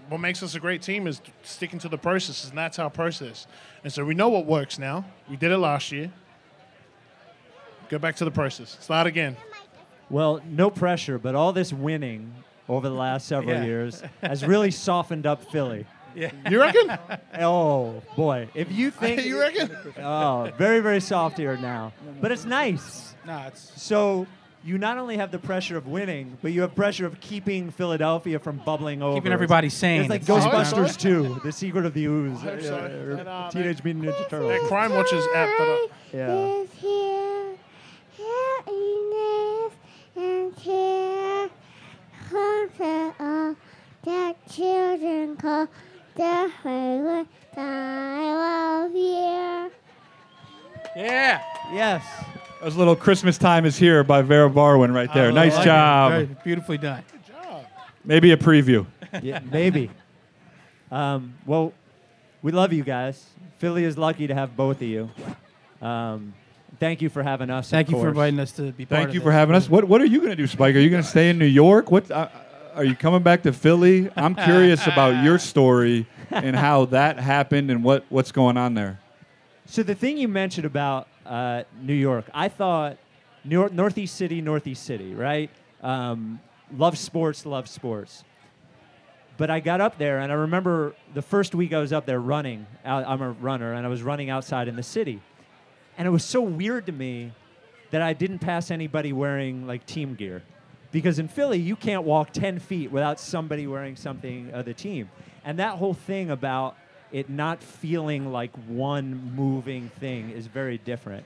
Speaker 8: what makes us a great team is sticking to the process, and that's our process. And so we know what works now. We did it last year. Go back to the process. Start again.
Speaker 1: Well, no pressure, but all this winning over the last several
Speaker 2: Yeah.
Speaker 1: years has really softened up Philly.
Speaker 8: You reckon?
Speaker 1: Oh boy, if you think
Speaker 8: you reckon?
Speaker 1: oh, very very soft here now, but it's nice.
Speaker 2: Nah, it's
Speaker 1: So you not only have the pressure of winning, but you have pressure of keeping Philadelphia from bubbling over.
Speaker 2: keeping everybody sane.
Speaker 1: It's like
Speaker 2: at the same time.
Speaker 1: Ghostbusters 2, The Secret of the Ooze,
Speaker 8: hope so.
Speaker 1: uh, or
Speaker 8: And, uh,
Speaker 1: Teenage Mutant Ninja
Speaker 8: That
Speaker 1: Turtles.
Speaker 8: Crime Watchers app. That I,
Speaker 1: Yeah.
Speaker 8: uh,
Speaker 6: Is here. Here it is. And here comes the, uh, the children call the highway. I love you.
Speaker 2: Yeah.
Speaker 1: Yes.
Speaker 7: That was a little Christmas time is here by Vera Barwin right there. nice
Speaker 2: Oh, Like it.
Speaker 7: job.
Speaker 2: Very beautifully done.
Speaker 7: Maybe a preview.
Speaker 1: Yeah, maybe. Um, well, we love you guys. Philly is lucky to have both of you. Um, thank you for having us. of
Speaker 2: Thank you for
Speaker 1: course.
Speaker 2: inviting us to be part
Speaker 7: Thank
Speaker 2: of
Speaker 7: you
Speaker 2: this.
Speaker 7: for having us. What What are you going to do, Spike? Are you going to stay in New York? What uh, are you coming back to Philly? I'm curious about your story and how that happened and what, what's going on there.
Speaker 1: So the thing you mentioned about uh, New York, I thought New York, Northeast City, Northeast City, right? Um, love sports, love sports. But I got up there, and I remember the first week I was up there running. out- I'm a runner, and I was running outside in the city, and it was so weird to me that I didn't pass anybody wearing like team gear, because in Philly you can't walk 10 feet without somebody wearing something of the team, and that whole thing about it not feeling like one moving thing is very different.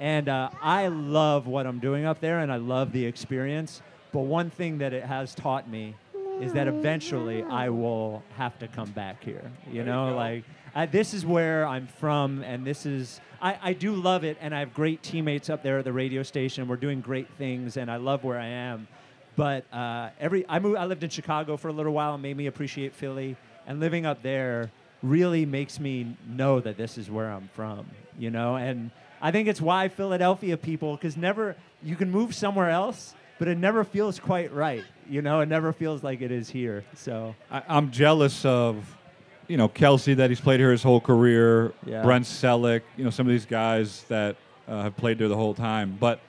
Speaker 1: And uh, I love what I'm doing up there, and I love the experience. But one thing that it has taught me is that eventually I will have to come back here. You know, like I, this is where I'm from, and this is I, I do love it, and I have great teammates up there at the radio station. We're doing great things, and I love where I am. But uh, every I moved, I lived in Chicago for a little while, and made me appreciate Philly, and living up there really makes me know that this is where I'm from. You know, and I think it's why Philadelphia people, because never you can move somewhere else, but it never feels quite right. You know, it never feels like it is here. So
Speaker 7: I, I'm jealous of, you know, Kelsey that he's played here his whole career.
Speaker 1: Yeah.
Speaker 7: Brent Selleck, you know, some of these guys that uh, have played there the whole time. But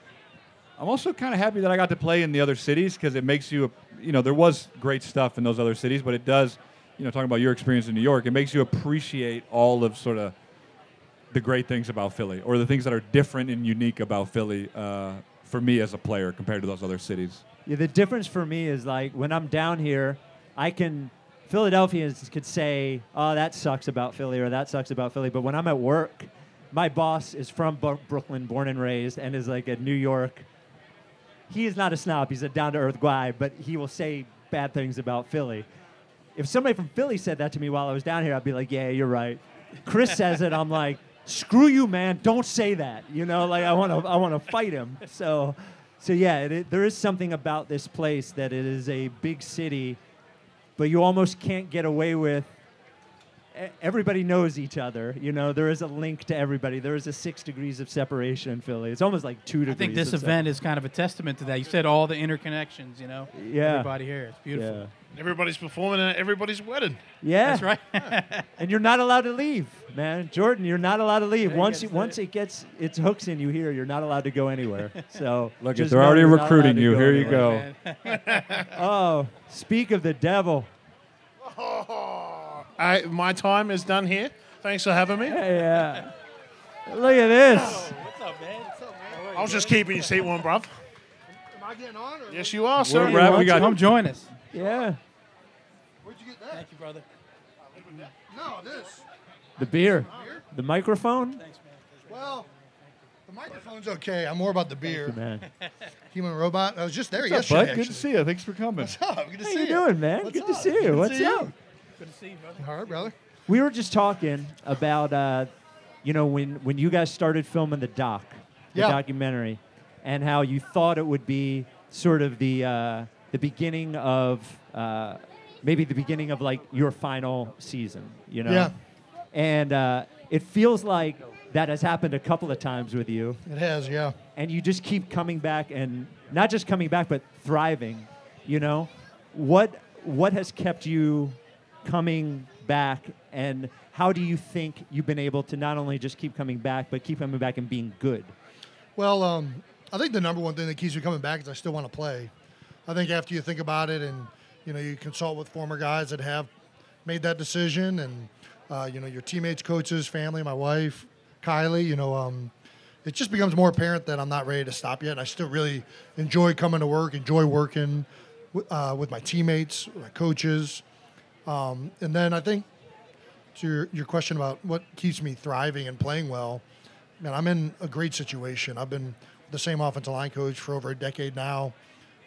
Speaker 7: I'm also kind of happy that I got to play in the other cities because it makes you, a- you know, there was great stuff in those other cities, but it does, you know, talking about your experience in New York, it makes you appreciate all of sort of the great things about Philly or the things that are different and unique about Philly uh, for me as a player compared to those other cities.
Speaker 1: yeah, the difference for me is like when I'm down here, I can Philadelphians could say, "Oh, that sucks about Philly," or "That sucks about Philly," but when I'm at work, my boss is from Bro- Brooklyn, born and raised, and is like a New York he is not a snob. He's a down to earth guy, but he will say bad things about Philly. If somebody from Philly said that to me while I was down here, I'd be like, yeah, you're right. Chris says it, I'm like, screw you, man. Don't say that. You know, like I want to, I want to fight him. So, so yeah, it, it- there is something about this place that it is a big city, but you almost can't get away with. e- Everybody knows each other. You know, there is a link to everybody. There is a six degrees of separation in Philly. It's almost like two degrees.
Speaker 2: I think this
Speaker 1: of sep-
Speaker 2: event is kind of a testament to that. You said all the interconnections, you know?
Speaker 1: Yeah.
Speaker 2: Everybody here. It's beautiful.
Speaker 1: Yeah.
Speaker 8: Everybody's performing at everybody's wedding.
Speaker 1: Yeah,
Speaker 2: That's right.
Speaker 1: And you're not allowed to leave, man. Jordan, you're not allowed to leave. once
Speaker 2: gets
Speaker 1: you,
Speaker 2: the-
Speaker 1: once it gets its hooks in you here, you're not allowed to go anywhere. So
Speaker 7: Look, if
Speaker 1: just
Speaker 7: they're
Speaker 1: know
Speaker 7: already
Speaker 1: you're not allowed
Speaker 7: recruiting
Speaker 1: to
Speaker 7: you,
Speaker 1: go
Speaker 7: here you
Speaker 1: anywhere.
Speaker 7: go.
Speaker 2: Man.
Speaker 1: Oh, speak of the devil.
Speaker 8: I, my time is done here. Thanks for having me.
Speaker 1: Yeah. Look at this.
Speaker 8: I was just keeping you seat warm,
Speaker 9: Am
Speaker 8: bruv.
Speaker 9: I getting on? Or
Speaker 8: Yes, you are, sir.
Speaker 7: We're wrapped- we got
Speaker 2: Come join us.
Speaker 1: Yeah.
Speaker 9: Where'd you get that?
Speaker 2: Thank you, brother.
Speaker 9: No, this.
Speaker 1: The beer. The microphone.
Speaker 9: Well, the microphone's okay. I'm more about the beer.
Speaker 1: Man.
Speaker 9: Human robot. I was just there
Speaker 7: What's up,
Speaker 9: yesterday.
Speaker 7: bud? Good to see you. Thanks for coming.
Speaker 9: actually. Good to
Speaker 1: How
Speaker 9: see
Speaker 1: you doing, man?
Speaker 9: What's
Speaker 1: Good to
Speaker 9: up?
Speaker 1: see
Speaker 9: Good
Speaker 1: you.
Speaker 9: to
Speaker 1: What's
Speaker 9: see you.
Speaker 1: up?
Speaker 9: All right, brother.
Speaker 1: We were just talking about, uh, you know, when, when you guys started filming the doc, the
Speaker 9: Yeah.
Speaker 1: documentary, and how you thought it would be sort of the uh, the beginning of uh, maybe the beginning of like your final season, you know.
Speaker 9: Yeah.
Speaker 1: And uh, it feels like that has happened a couple of times with you,
Speaker 9: It has, yeah.
Speaker 1: and you just keep coming back and not just coming back, but thriving, you know. What what has kept you coming back and how do you think you've been able to not only just keep coming back but keep coming back and being good
Speaker 9: Well, um, I think the number one thing that keeps me coming back is I still want to play. I think after you think about it and you know you consult with former guys that have made that decision, and uh, you know your teammates, coaches, family, my wife, Kylie, you know, um, it just becomes more apparent that I'm not ready to stop yet. I still really enjoy coming to work, enjoy working wi- uh, with my teammates, my coaches, um, and then I think to your, your question about what keeps me thriving and playing well, man, I'm in a great situation. I've been the same offensive line coach for over a decade now.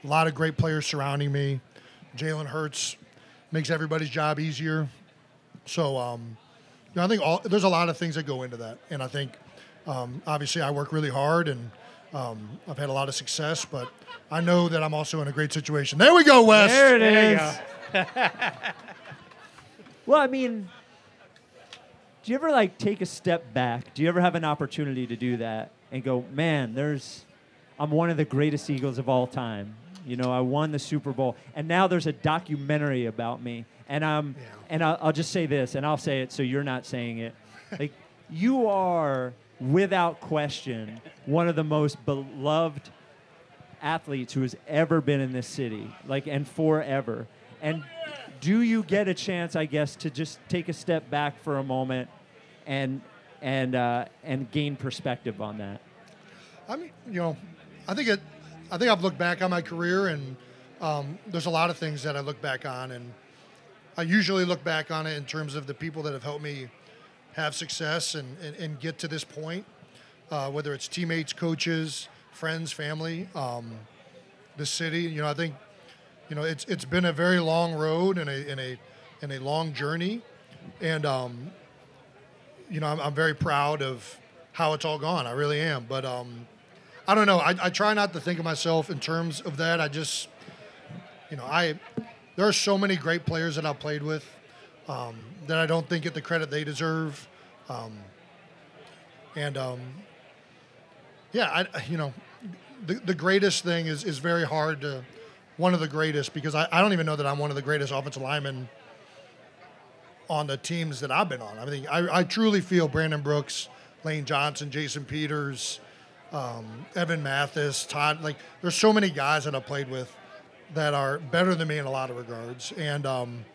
Speaker 9: A lot of great players surrounding me. Jalen Hurts makes everybody's job easier. So, um, you know, I think all, there's a lot of things that go into that, and I think um, obviously I work really hard and um, I've had a lot of success, but I know that I'm also in a great situation. There we go, Wes.
Speaker 1: There it is.
Speaker 8: There you go.
Speaker 1: well, I mean, do you ever like take a step back? Do you ever have an opportunity to do that and go, man, there's, I'm one of the greatest Eagles of all time. You know, I won the Super Bowl, and now there's a documentary about me. And I'm, and I'll, I'll just say this, and I'll say it so you're not saying it. Like, you are without question one of the most beloved athletes who has ever been in this city, like, and forever. And do you get a chance, I guess, to just take a step back for a moment and and uh, and gain perspective on that?
Speaker 9: I mean, you know, I think it. I think I've looked back on my career, and um, there's a lot of things that I look back on, and I usually look back on it in terms of the people that have helped me have success and and, and get to this point, uh, whether it's teammates, coaches, friends, family, um, the city. You know, I think
Speaker 3: you know, it's it's been a very long road and a and a and a long journey, and um, you know, I'm, I'm very proud of how it's all gone. I really am. But um, I don't know. I, I try not to think of myself in terms of that. I just, you know, I there are so many great players that I played with um, that I don't think get the credit they deserve, um, and um, yeah, I you know, the, the greatest thing is is very hard to one of the greatest because I, I don't even know that I'm one of the greatest offensive linemen on the teams that I've been on. I mean, I, I truly feel Brandon Brooks, Lane Johnson, Jason Peters, um, Evan Mathis, Todd. Like, there's so many guys that I played with that are better than me in a lot of regards, and um,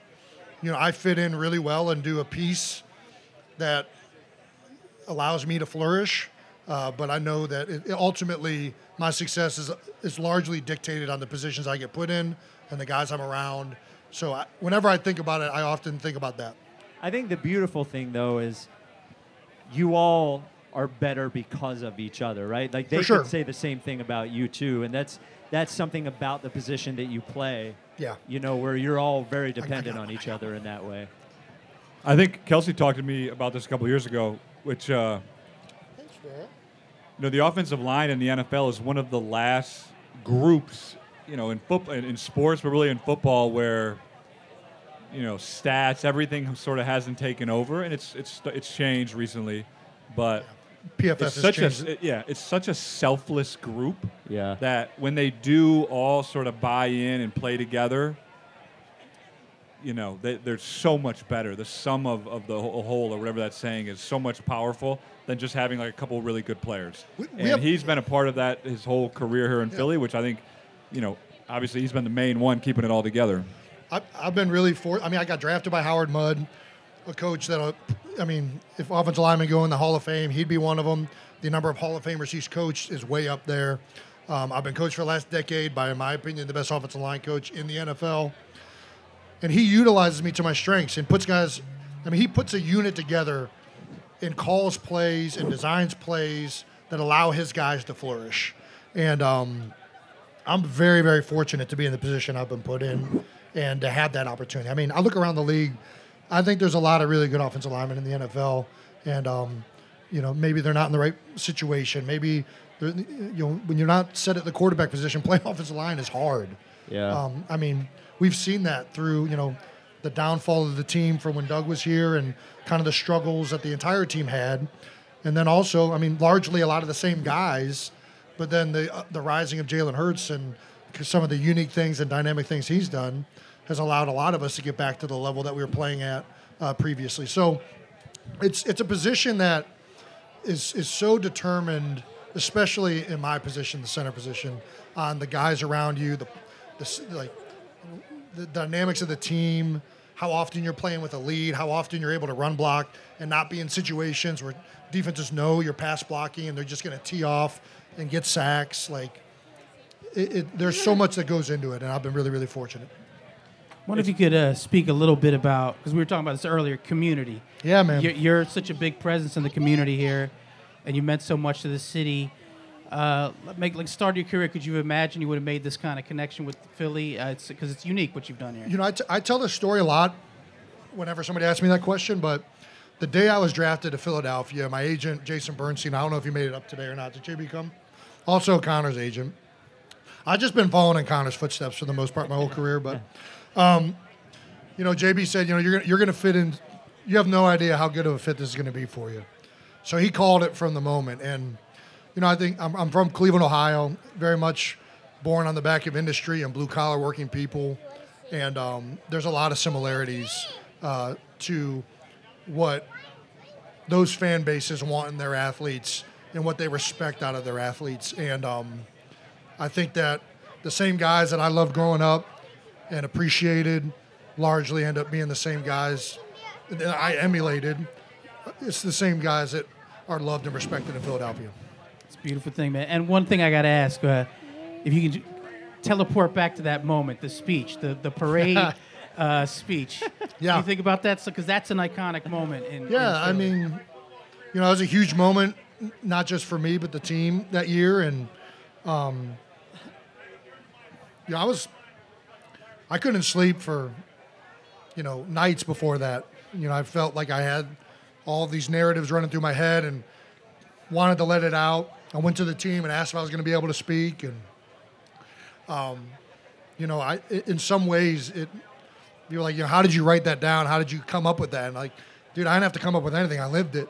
Speaker 3: you know, I fit in really well and do a piece that allows me to flourish. Uh, but I know that it, it- ultimately my success is is largely dictated on the positions I get put in and the guys I'm around. So I, whenever I think about it, I often think about that.
Speaker 1: I think the beautiful thing though is you all are better because of each other, right? Like they
Speaker 3: For sure.
Speaker 1: could say the same thing about you too, and that's that's something about the position that you play.
Speaker 3: Yeah.
Speaker 1: You know, where you're all very dependent on each other in that way.
Speaker 7: I think Kelsey talked to me about this a couple years ago, which uh, you know the offensive line in the NFL is one of the last groups, you know, in football, in, in sports, but really in football, where you know stats, everything sort of hasn't taken over, and it's it's it's changed recently, but
Speaker 3: PFF has
Speaker 7: it's such
Speaker 3: changed
Speaker 7: a yeah, it's such a selfless group
Speaker 1: Yeah.
Speaker 7: that when they do all sort of buy in and play together, you know, they, they're so much better. The sum of, of the wh- whole, or whatever that saying is, so much powerful than just having like a couple really good players.
Speaker 3: We- we
Speaker 7: and
Speaker 3: have-
Speaker 7: he's been a part of that his whole career here in Philly, which I think, you know, obviously he's been the main one keeping it all together.
Speaker 3: I, I've been really for. I mean, I got drafted by Howard Mudd, a coach that, uh, I mean, if offensive linemen go in the Hall of Fame, he'd be one of them. The number of Hall of Famers he's coached is way up there. Um, I've been coached for the last decade by, in my opinion, the best offensive line coach in the NFL. And he utilizes me to my strengths and puts guys, I mean, he puts a unit together and calls plays and designs plays that allow his guys to flourish. And, um, I'm very, very fortunate to be in the position I've been put in and to have that opportunity. I mean, I look around the league, I think there's a lot of really good offensive linemen in the NFL, and um, you know maybe they're not in the right situation. Maybe they're- you know when you're not set at the quarterback position, playing offensive line is hard.
Speaker 1: Yeah.
Speaker 3: Um, I mean, we've seen that through you know the downfall of the team from when Doug was here and kind of the struggles that the entire team had, and then also I mean largely a lot of the same guys, but then the uh, the rising of Jalen Hurts and some of the unique things and dynamic things he's done has allowed a lot of us to get back to the level that we were playing at uh, previously. So it's it's a position that is is so determined, especially in my position, the center position, on the guys around you, the, the s- like the dynamics of the team, how often you're playing with a lead, how often you're able to run block and not be in situations where defenses know you're pass blocking and they're just going to tee off and get sacks. Like it, it, there's so much that goes into it, and I've been really really fortunate.
Speaker 2: wonder if you could uh, speak a little bit about because we were talking about this earlier community
Speaker 3: Yeah, man.
Speaker 2: you're, you're such a big presence in the community here and you meant so much to the city uh, let- make like start your career could you imagine you would have made this kind of connection with philly uh, it's because it's unique what you've done here
Speaker 3: You know, I, t- I tell this story a lot whenever somebody asks me that question, but the day I was drafted to Philadelphia, my agent, Jason Bernstein, I don't know if he made it up today or not. Did you become? Also, Connor's agent. I've just been following in Connor's footsteps for the most part my whole career, but, um, you know, JB said, you know, you're going to you're gonna fit in. You have no idea how good of a fit this is going to be for you. So he called it from the moment. And, you know, I think I'm, I'm from Cleveland, Ohio, very much born on the back of industry and blue collar working people. And um, there's a lot of similarities uh, to what those fan bases want in their athletes and what they respect out of their athletes. And um, I think that the same guys that I loved growing up and appreciated largely end up being the same guys that I emulated. It's the same guys that are loved and respected in Philadelphia.
Speaker 2: it's a beautiful thing man and one thing i gotta ask uh, if you can j- teleport back to that moment the speech the, the parade uh, speech
Speaker 3: Yeah.
Speaker 2: you think about that because that's an iconic moment in in
Speaker 3: Yeah, I
Speaker 2: Philly.
Speaker 3: mean, you know, it was a huge moment, n- not just for me, but the team that year. And, um, you know, I was,
Speaker 8: I couldn't sleep for, you know, nights before that. You know, I felt like I had all these narratives running through my head and wanted to let it out. I went to the team and asked if I was going to be able to speak, and um, you know, I i- in some ways it. You're like, you know, how did you write that down? How did you come up with that? And like, dude, I didn't have to come up with anything. I lived it.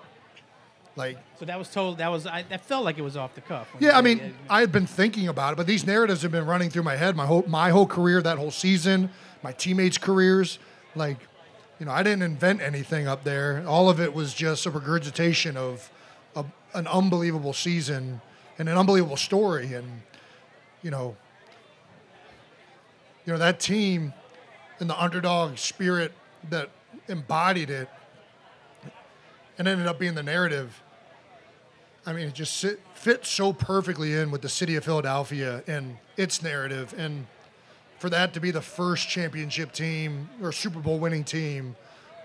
Speaker 8: Like,
Speaker 2: So that was told. That was. I, that felt like it was off the cuff. when you
Speaker 8: yeah, I
Speaker 2: said
Speaker 8: mean,
Speaker 2: it.
Speaker 8: I had been thinking about it, but these narratives have been running through my head my whole my whole career, that whole season, my teammates' careers. Like, you know, I didn't invent anything up there. All of it was just a regurgitation of a, an unbelievable season and an unbelievable story. And you know, you know that team and the underdog spirit that embodied it and ended up being the narrative. I mean, it just sit, fits so perfectly in with the city of Philadelphia and its narrative. And for that to be the first championship team or Super Bowl winning team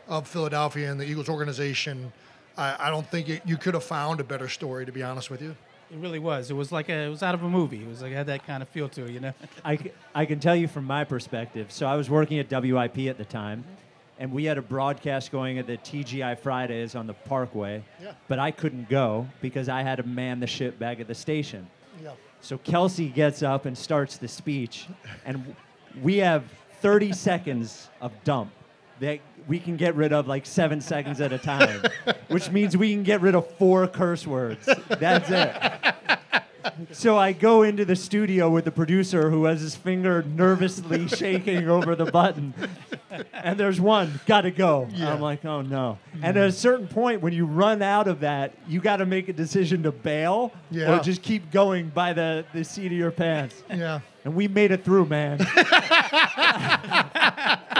Speaker 8: of Philadelphia and the Eagles organization, I, I don't think it, you could have found a better story, to be honest with you.
Speaker 2: It really was. It was like a. It was out of a movie. It was like it had that kind of feel to it. You know.
Speaker 1: I, c- I can tell you from my perspective. So I was working at WIP at the time, and we had a broadcast going at the TGI Fridays on the Parkway. But I couldn't go because I had to man the ship back at the station.
Speaker 8: Yeah.
Speaker 1: So Kelsey gets up and starts the speech, and we have 30 seconds of dump that we can get rid of like seven seconds at a time, which means we can get rid of four curse words. That's it. So I go into the studio with the producer who has his finger nervously shaking over the button. And there's one, gotta go. I'm like, oh no. And at a certain point, when you run out of that, you gotta make a decision to bail
Speaker 8: Yeah.
Speaker 1: or just keep going by the, the seat of your pants.
Speaker 8: Yeah.
Speaker 1: And we made it through, man.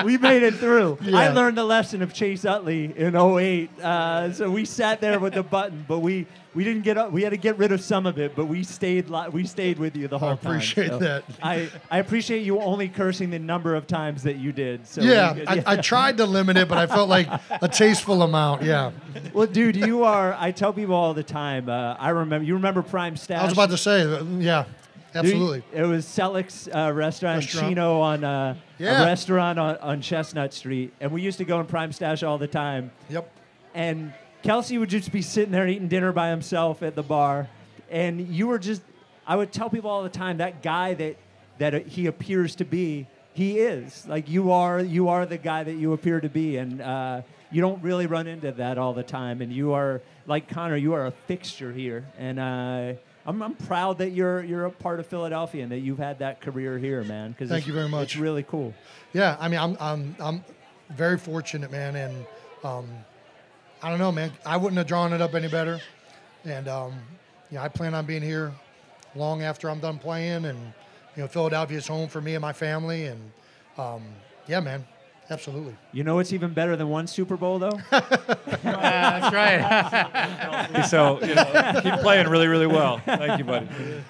Speaker 1: we made it through. I
Speaker 8: Yeah.
Speaker 1: learned the lesson of Chase Utley in 08. Uh, so we sat there with the button, but we, we didn't get up. We had to get rid of some of it, but we stayed li- we stayed with you the whole time.
Speaker 8: appreciate
Speaker 1: so
Speaker 8: that.
Speaker 1: I, I appreciate you only cursing the number of times that you did. So
Speaker 8: yeah,
Speaker 1: we-
Speaker 8: I, I tried to limit it, but I felt like a tasteful amount. Yeah.
Speaker 1: well, dude, you are. I tell people all the time. Uh, I remember. You remember Prime Stash?
Speaker 8: I was about to say, uh, yeah,
Speaker 1: Dude,
Speaker 8: absolutely.
Speaker 1: It was Selleck's uh, restaurant,
Speaker 8: Restaurant.
Speaker 1: Chino on uh,
Speaker 8: Yeah.
Speaker 1: a restaurant on, on Chestnut Street, and we used to go in Prime Stash all the time.
Speaker 8: Yep.
Speaker 1: And Kelsey would just be sitting there eating dinner by himself at the bar, and you were just. I would tell people all the time that guy that that he appears to be, he is like you are. You are the guy that you appear to be, and uh, you don't really run into that all the time. And you are like Connor. You are a fixture here, and. Uh, I'm, I'm proud that you're you're a part of Philadelphia and that you've had that career here, man. 'cause
Speaker 8: Thank
Speaker 1: it's-
Speaker 8: you very
Speaker 1: It's
Speaker 8: much.
Speaker 1: really cool.
Speaker 8: Yeah, I mean, I'm I'm I'm very fortunate, man, and um, I don't know, man. I wouldn't have drawn it up any better, and um, yeah, I plan on being here long after I'm done playing, and you know, Philadelphia's home for me and my family, and um, yeah, man, absolutely.
Speaker 1: You know what's even better than one Super Bowl though?
Speaker 2: that's right.
Speaker 7: so you know, keep playing really, really well. Thank you, buddy.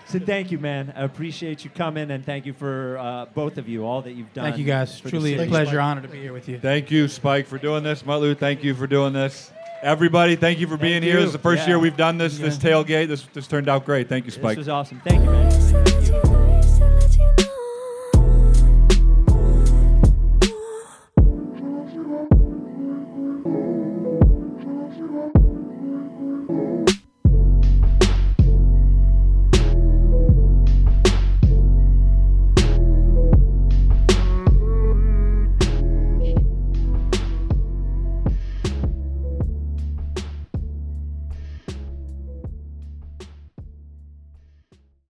Speaker 1: So thank you, man. I appreciate you coming, and thank you for uh, both of you, all that you've done.
Speaker 2: Thank you guys.
Speaker 1: for the
Speaker 2: Truly a
Speaker 1: city.
Speaker 2: pleasure, honor to be here with you.
Speaker 7: Thank you, Spike, for doing this. Mutlu, thank you for doing this. Everybody, thank you for being here.
Speaker 1: you.
Speaker 7: This is the first
Speaker 1: Yeah.
Speaker 7: year we've done this. This tailgate, this this turned out great. Thank you,
Speaker 1: This
Speaker 7: Spike.
Speaker 1: was awesome. Thank you, man.